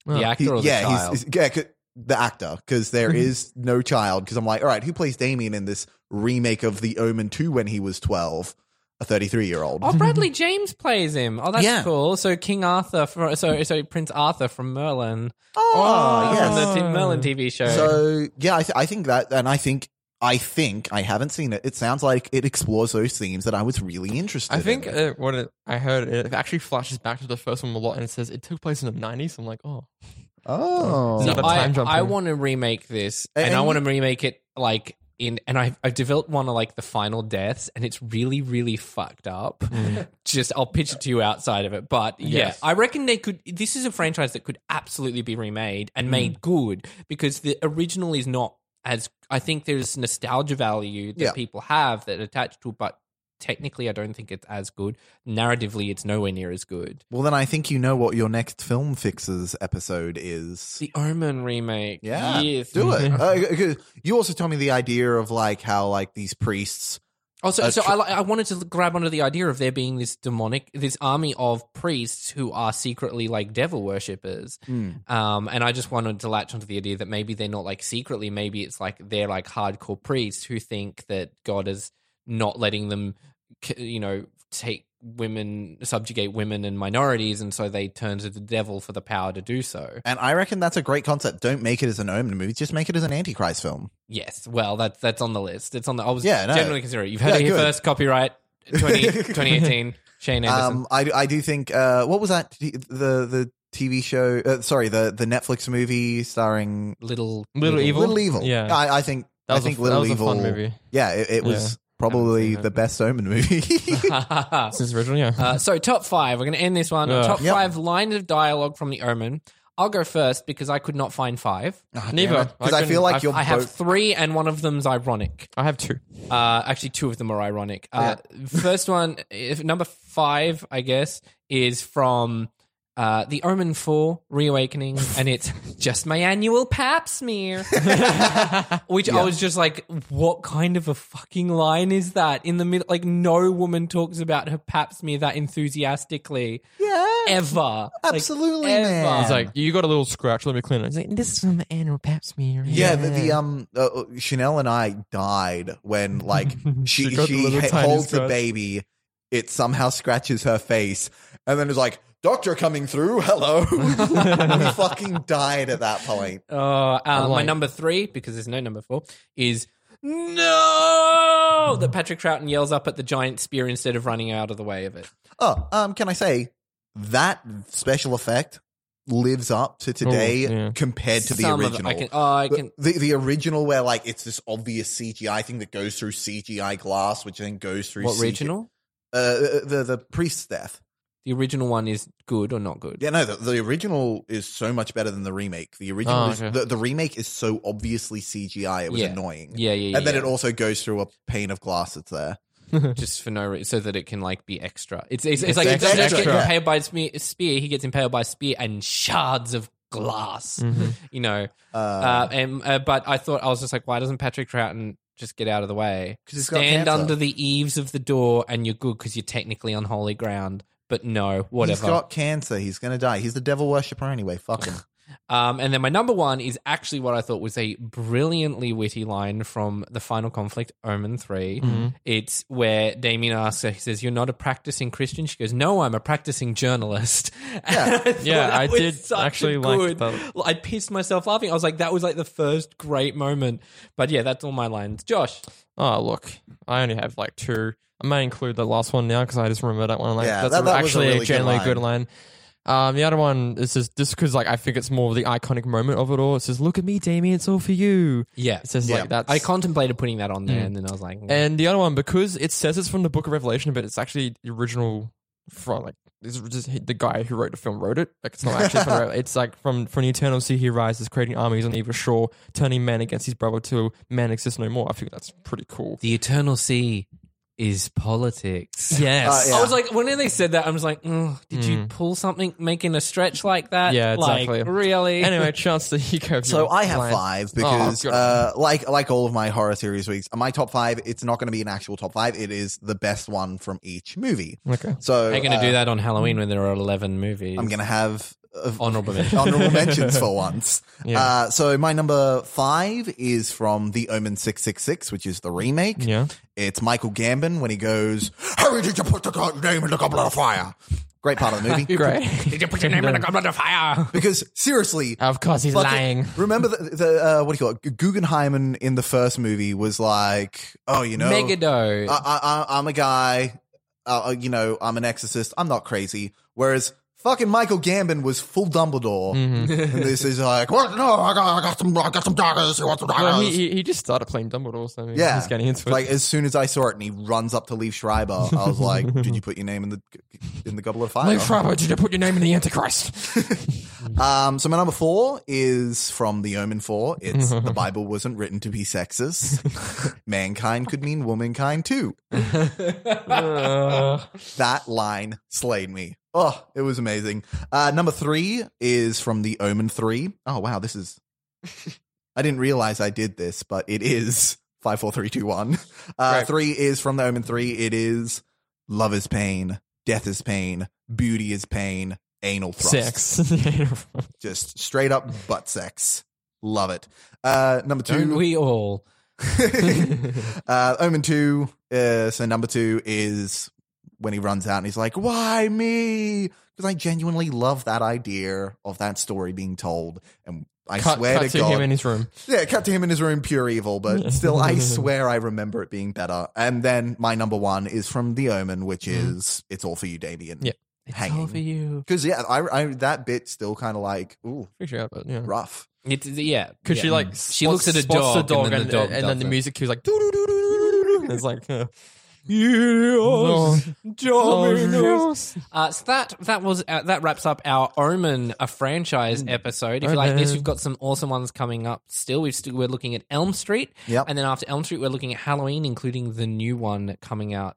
Speaker 4: The
Speaker 5: He-
Speaker 4: actor or the
Speaker 5: yeah, he's-
Speaker 4: child? Mm-hmm.
Speaker 5: He's, yeah, 'cause- the actor because there is no child. Because I'm like, all right, who plays Damien in this remake of The Omen 2 when he was 12? A 33 year old.
Speaker 4: Oh, Bradley James plays him. Oh, that's
Speaker 5: Yeah.
Speaker 4: cool. So King Arthur, from, so so Prince Arthur from Merlin.
Speaker 5: Oh,
Speaker 4: from the Tim Merlin TV show.
Speaker 5: So yeah, I, th- I think that, and I think. I think I haven't seen it. It sounds like it explores those themes that I was really interested.
Speaker 6: I think
Speaker 5: in.
Speaker 6: uh, what it, I heard, it actually flashes back to the first one a lot, and it says it took place in the nineties. I'm like, oh,
Speaker 4: uh,
Speaker 5: Oh.
Speaker 6: So-
Speaker 4: No,
Speaker 6: Is that a
Speaker 4: I,
Speaker 6: time jump
Speaker 4: I
Speaker 6: here?
Speaker 4: want to remake this,
Speaker 5: A-
Speaker 4: and, I
Speaker 5: and-
Speaker 4: want to remake it like in. And I've, I've developed one of like the final deaths, and it's really, really fucked up. Just I'll pitch it to you outside of it, but
Speaker 6: Mm. Yes.
Speaker 4: yeah, I reckon they could. This is a franchise that could absolutely be remade and
Speaker 6: Mm.
Speaker 4: made good because the original is not as. I think there's nostalgia value that
Speaker 5: Yeah.
Speaker 4: people have that attached to, it, but technically, I don't think it's as good. Narratively, it's nowhere near as good.
Speaker 5: Well, then I think you know what your next film fixes episode is.
Speaker 4: The Omen remake,
Speaker 5: Yeah,
Speaker 4: Yes. Mm-hmm.
Speaker 5: do it. Uh, g- g- you also told me the idea of like how like these priests.
Speaker 4: Also,
Speaker 5: a
Speaker 4: Oh, so
Speaker 5: tr-
Speaker 4: I, li- I wanted to grab onto the idea of there being this demonic, this army of priests who are secretly like devil worshippers.
Speaker 5: Hmm.
Speaker 4: Um, and I just wanted to latch onto the idea that maybe they're not like secretly, maybe it's like they're like hardcore priests who think that God is not letting them, c- you know, take women, subjugate women and minorities. And so they turn to the devil for the power to do so.
Speaker 5: And I reckon that's a great concept. Don't make it as an Omen movie. Just make it as an Antichrist film.
Speaker 4: Yes. Well, that's that's on the list. It's on the, I was
Speaker 5: Yeah, no.
Speaker 4: generally considering it. You've heard
Speaker 5: Yeah,
Speaker 4: it here
Speaker 5: good.
Speaker 4: first, copyright 20,
Speaker 5: (laughs)
Speaker 4: 2018. Shane Anderson.
Speaker 5: Um, I I do think uh, what was that t- the the TV show? Uh, sorry, the the Netflix movie starring
Speaker 4: little
Speaker 6: Little Evil?
Speaker 5: Little Evil.
Speaker 6: Yeah.
Speaker 5: I, I think
Speaker 6: That was
Speaker 5: I think
Speaker 6: a, that
Speaker 5: Little
Speaker 6: was a
Speaker 5: Evil.
Speaker 6: fun movie.
Speaker 5: Yeah, it, it was
Speaker 6: Haven't
Speaker 5: probably
Speaker 6: seen
Speaker 5: the
Speaker 6: it.
Speaker 5: best Omen
Speaker 6: (laughs)
Speaker 5: movie.
Speaker 6: Since the original, yeah.
Speaker 4: uh, so top five. We're going to end this one.
Speaker 6: Yeah.
Speaker 4: Top
Speaker 5: Yep.
Speaker 4: five lines of dialogue from The Omen. I'll go first because I could not find five.
Speaker 5: (laughs)
Speaker 6: Neither.
Speaker 5: Because I, feel like
Speaker 4: I've-
Speaker 5: you're
Speaker 4: I have
Speaker 5: both-
Speaker 4: three, and one of them's ironic.
Speaker 6: I have two.
Speaker 4: Uh, actually, two of them are ironic. Uh, first one, if, number five, I guess, is from uh, The Omen 4 Reawakening,
Speaker 5: (laughs)
Speaker 4: and it's just my annual pap smear. Which I was just like, what kind of a fucking line is that? In the middle, like, no woman talks about her pap smear that enthusiastically.
Speaker 5: Yeah.
Speaker 4: Ever. Like,
Speaker 5: Absolutely,
Speaker 4: ever.
Speaker 5: man.
Speaker 6: It's like, you got a little scratch, let me clean it. It's like, this is from Annual Pap Smear.
Speaker 5: Yeah, the, the um uh, uh, Chanel and I died when
Speaker 6: (laughs)
Speaker 5: like she
Speaker 6: She
Speaker 5: she,
Speaker 6: got the little
Speaker 5: ha-
Speaker 6: tiny
Speaker 5: holds the
Speaker 6: scratch.
Speaker 5: baby, it somehow scratches her face, and then is like, "Doctor coming through, hello." (laughs)
Speaker 6: (laughs)
Speaker 5: we fucking died at that point.
Speaker 4: Uh, uh, my
Speaker 6: like-
Speaker 4: number three, because there's no number four, is no that Patrick Troughton yells up at the giant spear instead of running out of the way of it.
Speaker 5: Oh, um, can I say that special effect lives up to today
Speaker 6: Oh, yeah.
Speaker 5: compared to the
Speaker 4: Some of it-
Speaker 5: original?
Speaker 4: I can, oh, I can.
Speaker 5: the, the original where like it's this obvious CGI thing that goes through CGI glass, which then goes through
Speaker 4: What
Speaker 5: CGI
Speaker 4: original?
Speaker 5: Uh, the the priest's death.
Speaker 4: The original one is good or not good?
Speaker 5: Yeah, no, the, the original is so much better than the remake. The original,
Speaker 6: Oh,
Speaker 5: is,
Speaker 6: okay.
Speaker 5: the, the remake is so obviously CGI. It was
Speaker 4: Ah, Yeah.
Speaker 5: annoying.
Speaker 4: yeah, yeah. yeah
Speaker 5: and then
Speaker 4: yeah.
Speaker 5: it also goes through a pane of glass that's there.
Speaker 4: just for no reason, so that it can like be extra. It's it's, it's
Speaker 6: It's
Speaker 4: like it doesn't
Speaker 5: extra.
Speaker 4: get
Speaker 5: Yeah.
Speaker 4: impaled by smear, spear. He gets impaled by spear and shards of glass. You know,
Speaker 5: Uh,
Speaker 4: uh, and uh, but I thought I was just like, why doesn't Patrick Troughton just get out of the way?
Speaker 5: 'Cause he's got
Speaker 4: Stand
Speaker 5: cancer.
Speaker 4: under the eaves of the door, and you're good because you're technically on holy ground. But no, whatever.
Speaker 5: He's got cancer. He's gonna die. He's the devil worshipper anyway.
Speaker 4: (laughs)
Speaker 5: Fuck him.
Speaker 4: Um, and then my number one is actually what I thought was a brilliantly witty line from the Final Conflict, Omen 3.
Speaker 6: Mm-hmm.
Speaker 4: It's where Damien asks her, he says, You're not a practicing Christian? She goes, No, I'm a practicing journalist. (laughs) Yeah, I,
Speaker 6: Yeah,
Speaker 4: thought
Speaker 6: I
Speaker 4: was
Speaker 6: did
Speaker 4: such a
Speaker 6: actually like that.
Speaker 4: I pissed myself laughing. I was like, That was like the first great moment. But yeah, that's all my lines. Josh,
Speaker 6: Oh, look. I only have like two. I may include the last one now because I just remember that one. Like,
Speaker 5: Yeah,
Speaker 6: that's
Speaker 5: that- that was a
Speaker 6: actually
Speaker 5: really
Speaker 6: a
Speaker 5: good
Speaker 6: generally good line. Um, the other one is just just because like I think it's more of the iconic moment of it all. It says, "Look at me, Damien. It's all for you."
Speaker 4: yeah.
Speaker 6: It says
Speaker 5: Yeah.
Speaker 6: like that.
Speaker 4: I contemplated putting that on there, and then I was like,
Speaker 6: And the other one, because it says it's from the Book of Revelation, but it's actually the original from like it's just the guy who wrote the film wrote it. Like it's not actually
Speaker 5: (laughs)
Speaker 6: from the Revel- it's like from from the eternal sea he rises, creating armies on either shore, turning man against his brother till man exists no more. I think that's pretty cool.
Speaker 4: The Eternal Sea is (laughs) politics. Hmm.
Speaker 6: Yes.
Speaker 5: Uh, yeah.
Speaker 4: I was like, when they said that, I was like, "Ugh, did you pull something making a stretch like that?
Speaker 6: Yeah,
Speaker 4: Like,
Speaker 6: exactly.
Speaker 4: really?
Speaker 5: (laughs)
Speaker 6: Anyway, chance that he goes.
Speaker 5: So I have
Speaker 4: Oh,
Speaker 5: five because,
Speaker 6: God.
Speaker 5: uh, like like all of my horror series weeks, my top five. It's not going to be an actual top five. It is the best one from each movie.
Speaker 6: Okay.
Speaker 5: So
Speaker 4: They're going to
Speaker 5: uh,
Speaker 4: do that on Halloween when there are 11 movies.
Speaker 5: I'm going to have uh, (laughs)
Speaker 4: Honorable mention.
Speaker 5: honorable mentions for once. Uh, so my number five is from The Omen Six Six Six, which is the remake.
Speaker 6: Yeah.
Speaker 5: it's Michael Gambon when he goes, "Harry, did you put the god- name in the goblet of fire?" Great part of the movie. (laughs)
Speaker 6: Great.
Speaker 4: Did you put your name in a goblet of fire?
Speaker 5: because seriously,
Speaker 6: of course, he's
Speaker 5: fucking-
Speaker 6: lying.
Speaker 5: (laughs) Remember the, the uh, what do you call it? Guggenheim in in the first movie was like, "Oh, you know,
Speaker 4: Megado.
Speaker 5: uh, I, I, I- I'm a guy. Uh, uh, you know, I'm an exorcist. I'm not crazy." Whereas Fucking Michael Gambon was full Dumbledore,
Speaker 6: Mm-hmm. (laughs)
Speaker 5: and this is like, what? No, I got, I got some, I got some daggers. You want some daggers?
Speaker 6: Well, he, he, he just started playing Dumbledore, so I mean,
Speaker 5: yeah,
Speaker 6: he's getting into it.
Speaker 5: like as soon as I saw it, and he runs up to Leave Schreiber. I was
Speaker 6: (laughs)
Speaker 5: like, "Did you put your name in the in the goblet of fire?"
Speaker 6: Leif Schreiber, did you put your name in the Antichrist? Mm-hmm.
Speaker 5: Um, so my number four is from The Omen Four.
Speaker 6: (laughs)
Speaker 5: It's the Bible wasn't written to be sexist. Mankind could mean womankind
Speaker 6: (laughs)
Speaker 5: too.
Speaker 6: Uh,
Speaker 5: That line slayed me. Oh, it was amazing. Uh, number three is from The Omen Three. Oh wow, this
Speaker 6: (laughs)
Speaker 5: is. I didn't realize I did this, but it is five, four, three, two, one. Uh,
Speaker 6: Right.
Speaker 5: Three is from The Omen Three. It is love is pain, death is pain, beauty is pain, anal thrust.
Speaker 6: sex.
Speaker 5: just straight up butt sex. Love it. Uh,
Speaker 4: (laughs)
Speaker 5: number
Speaker 4: Don't
Speaker 5: two,
Speaker 4: we (laughs) all?
Speaker 5: (laughs) uh, Omen two. Uh, so number two is when he runs out and he's like, "Why me?" Because I genuinely love that idea of that story being told, and (laughs) I
Speaker 6: cut
Speaker 5: swear
Speaker 6: cut
Speaker 5: to
Speaker 6: to
Speaker 5: God,
Speaker 6: him in his room.
Speaker 5: yeah, cut to him in his room, pure evil. But still, I swear I remember it being better. And then my number one is from The Omen, which is "It's all for you, Damien."
Speaker 6: Yeah.
Speaker 5: hanging.
Speaker 4: It's all for you.
Speaker 5: Because yeah, I, I that bit still kind of like ooh
Speaker 6: Pretty sure, but yeah.
Speaker 5: rough.
Speaker 4: It's, yeah,
Speaker 6: Because she
Speaker 4: yeah.
Speaker 6: like
Speaker 4: she looks at a dog,
Speaker 6: spots the dog,
Speaker 4: and then the, dog
Speaker 6: and then
Speaker 4: does
Speaker 6: the
Speaker 4: it.
Speaker 6: music cue's like doo doo doo doo doo doo. It's like uh, Dominoes.
Speaker 4: Uh, so that that was uh, that wraps up our Omen, a franchise
Speaker 5: Mm.
Speaker 4: episode. If
Speaker 5: Oh,
Speaker 4: you like this, we've got some awesome ones coming up. Still, we've still we're looking at Elm Street,
Speaker 5: Yep.
Speaker 4: and then after Elm Street, we're looking at Halloween, including the new one coming
Speaker 5: (sighs)
Speaker 4: out.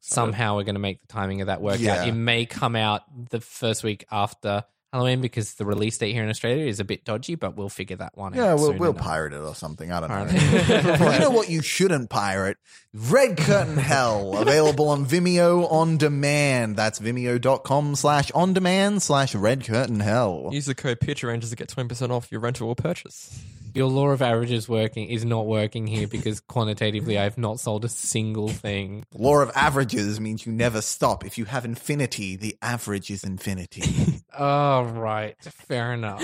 Speaker 4: Somehow, we're going to make the timing of that work
Speaker 5: Yeah.
Speaker 4: out. It may come out the first week after Halloween because the release date here in Australia is a bit dodgy, but we'll figure that one out.
Speaker 5: Yeah, we'll,
Speaker 4: soon
Speaker 5: we'll
Speaker 4: enough.
Speaker 5: pirate it or something. I don't (laughs) know. you know what you shouldn't pirate? Red Curtain Hell, available on Vimeo on demand. That's vimeo.com slash on demand slash red curtain hell.
Speaker 6: Use the code Pitcher Rangers to get twenty percent off your rental or purchase.
Speaker 4: Your law of averages working is not working here because (laughs) quantitatively, I've not sold a single thing.
Speaker 5: Law of averages means you never stop. If you have infinity, the average is infinity.
Speaker 4: Oh, right. Fair enough.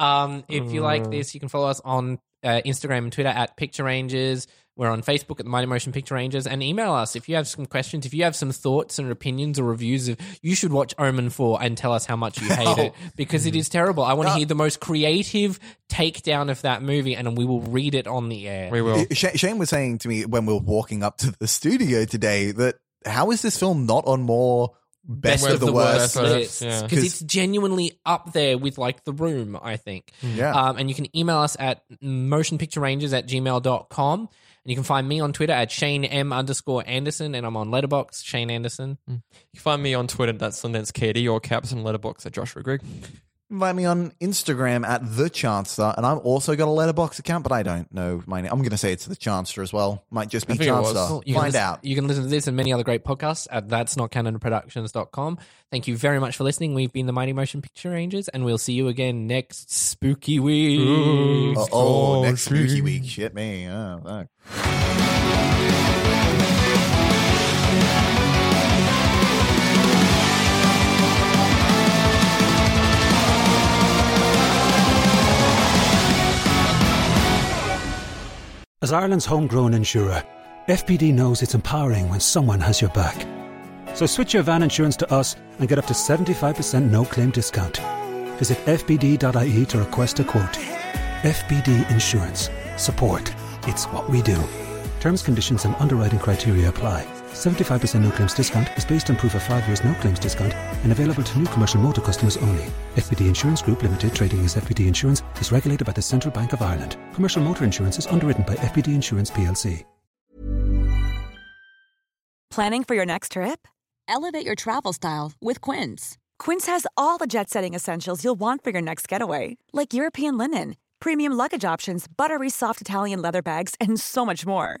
Speaker 4: um, if you like this, you can follow us on uh, Instagram and Twitter at Picture Rangers. We're on Facebook at the Mighty Motion Picture Rangers and email us if you have some questions, if you have some thoughts and opinions or reviews of you should watch Omen 4 and tell us how much you hate it because it is terrible. I want to hear the most creative takedown of that movie and we will read it on the air.
Speaker 6: We will.
Speaker 5: It- Sh- Uh, Shane was saying to me when we were walking up to the studio today that how is this film not on more best, of the, worst?
Speaker 6: worst.
Speaker 4: lists
Speaker 6: Yeah.
Speaker 4: because it's genuinely up there with like the room i think
Speaker 5: Yeah.
Speaker 4: um, and you can email us at motionpicturerangers at gmail.com and you can find me on twitter at shane m underscore anderson and i'm on letterbox shane anderson
Speaker 6: You can find me on Twitter at Sundance KD or Caps and Letterbox at Joshua Grigg.
Speaker 5: Invite me on Instagram at the Chancellor, and I've also got a letterbox account, but I don't know my name. I'm going to say it's the Chancellor as well. Might just be
Speaker 6: think it was.
Speaker 5: Chancellor.
Speaker 6: Cool.
Speaker 4: you can
Speaker 5: Find
Speaker 4: lis-
Speaker 5: out.
Speaker 4: you can listen to this and many other great podcasts at that's not canon productions.com thank you very much for listening we've been the mighty motion picture rangers and we'll see you again next spooky week
Speaker 5: Uh, oh, next spooky week. Shit, me. Oh, fuck.
Speaker 3: As Ireland's homegrown insurer, FPD knows it's empowering when someone has your back. So switch your van insurance to us and get up to 75% no claim discount. Visit fpd.ie E to request a quote. FPD Insurance. Support. It's what we do. Terms, conditions, and underwriting criteria apply. 75% no claims discount is based on proof of five years no claims discount and available to new commercial motor customers only. FPD Insurance Group Limited, trading as FPD Insurance, is regulated by the Central Bank of Ireland. Commercial motor insurance is underwritten by FPD Insurance plc.
Speaker 7: Planning for your next trip? Elevate your travel style with Quince. Quince has all the jet setting essentials you'll want for your next getaway, like European linen, premium luggage options, buttery soft Italian leather bags, and so much more.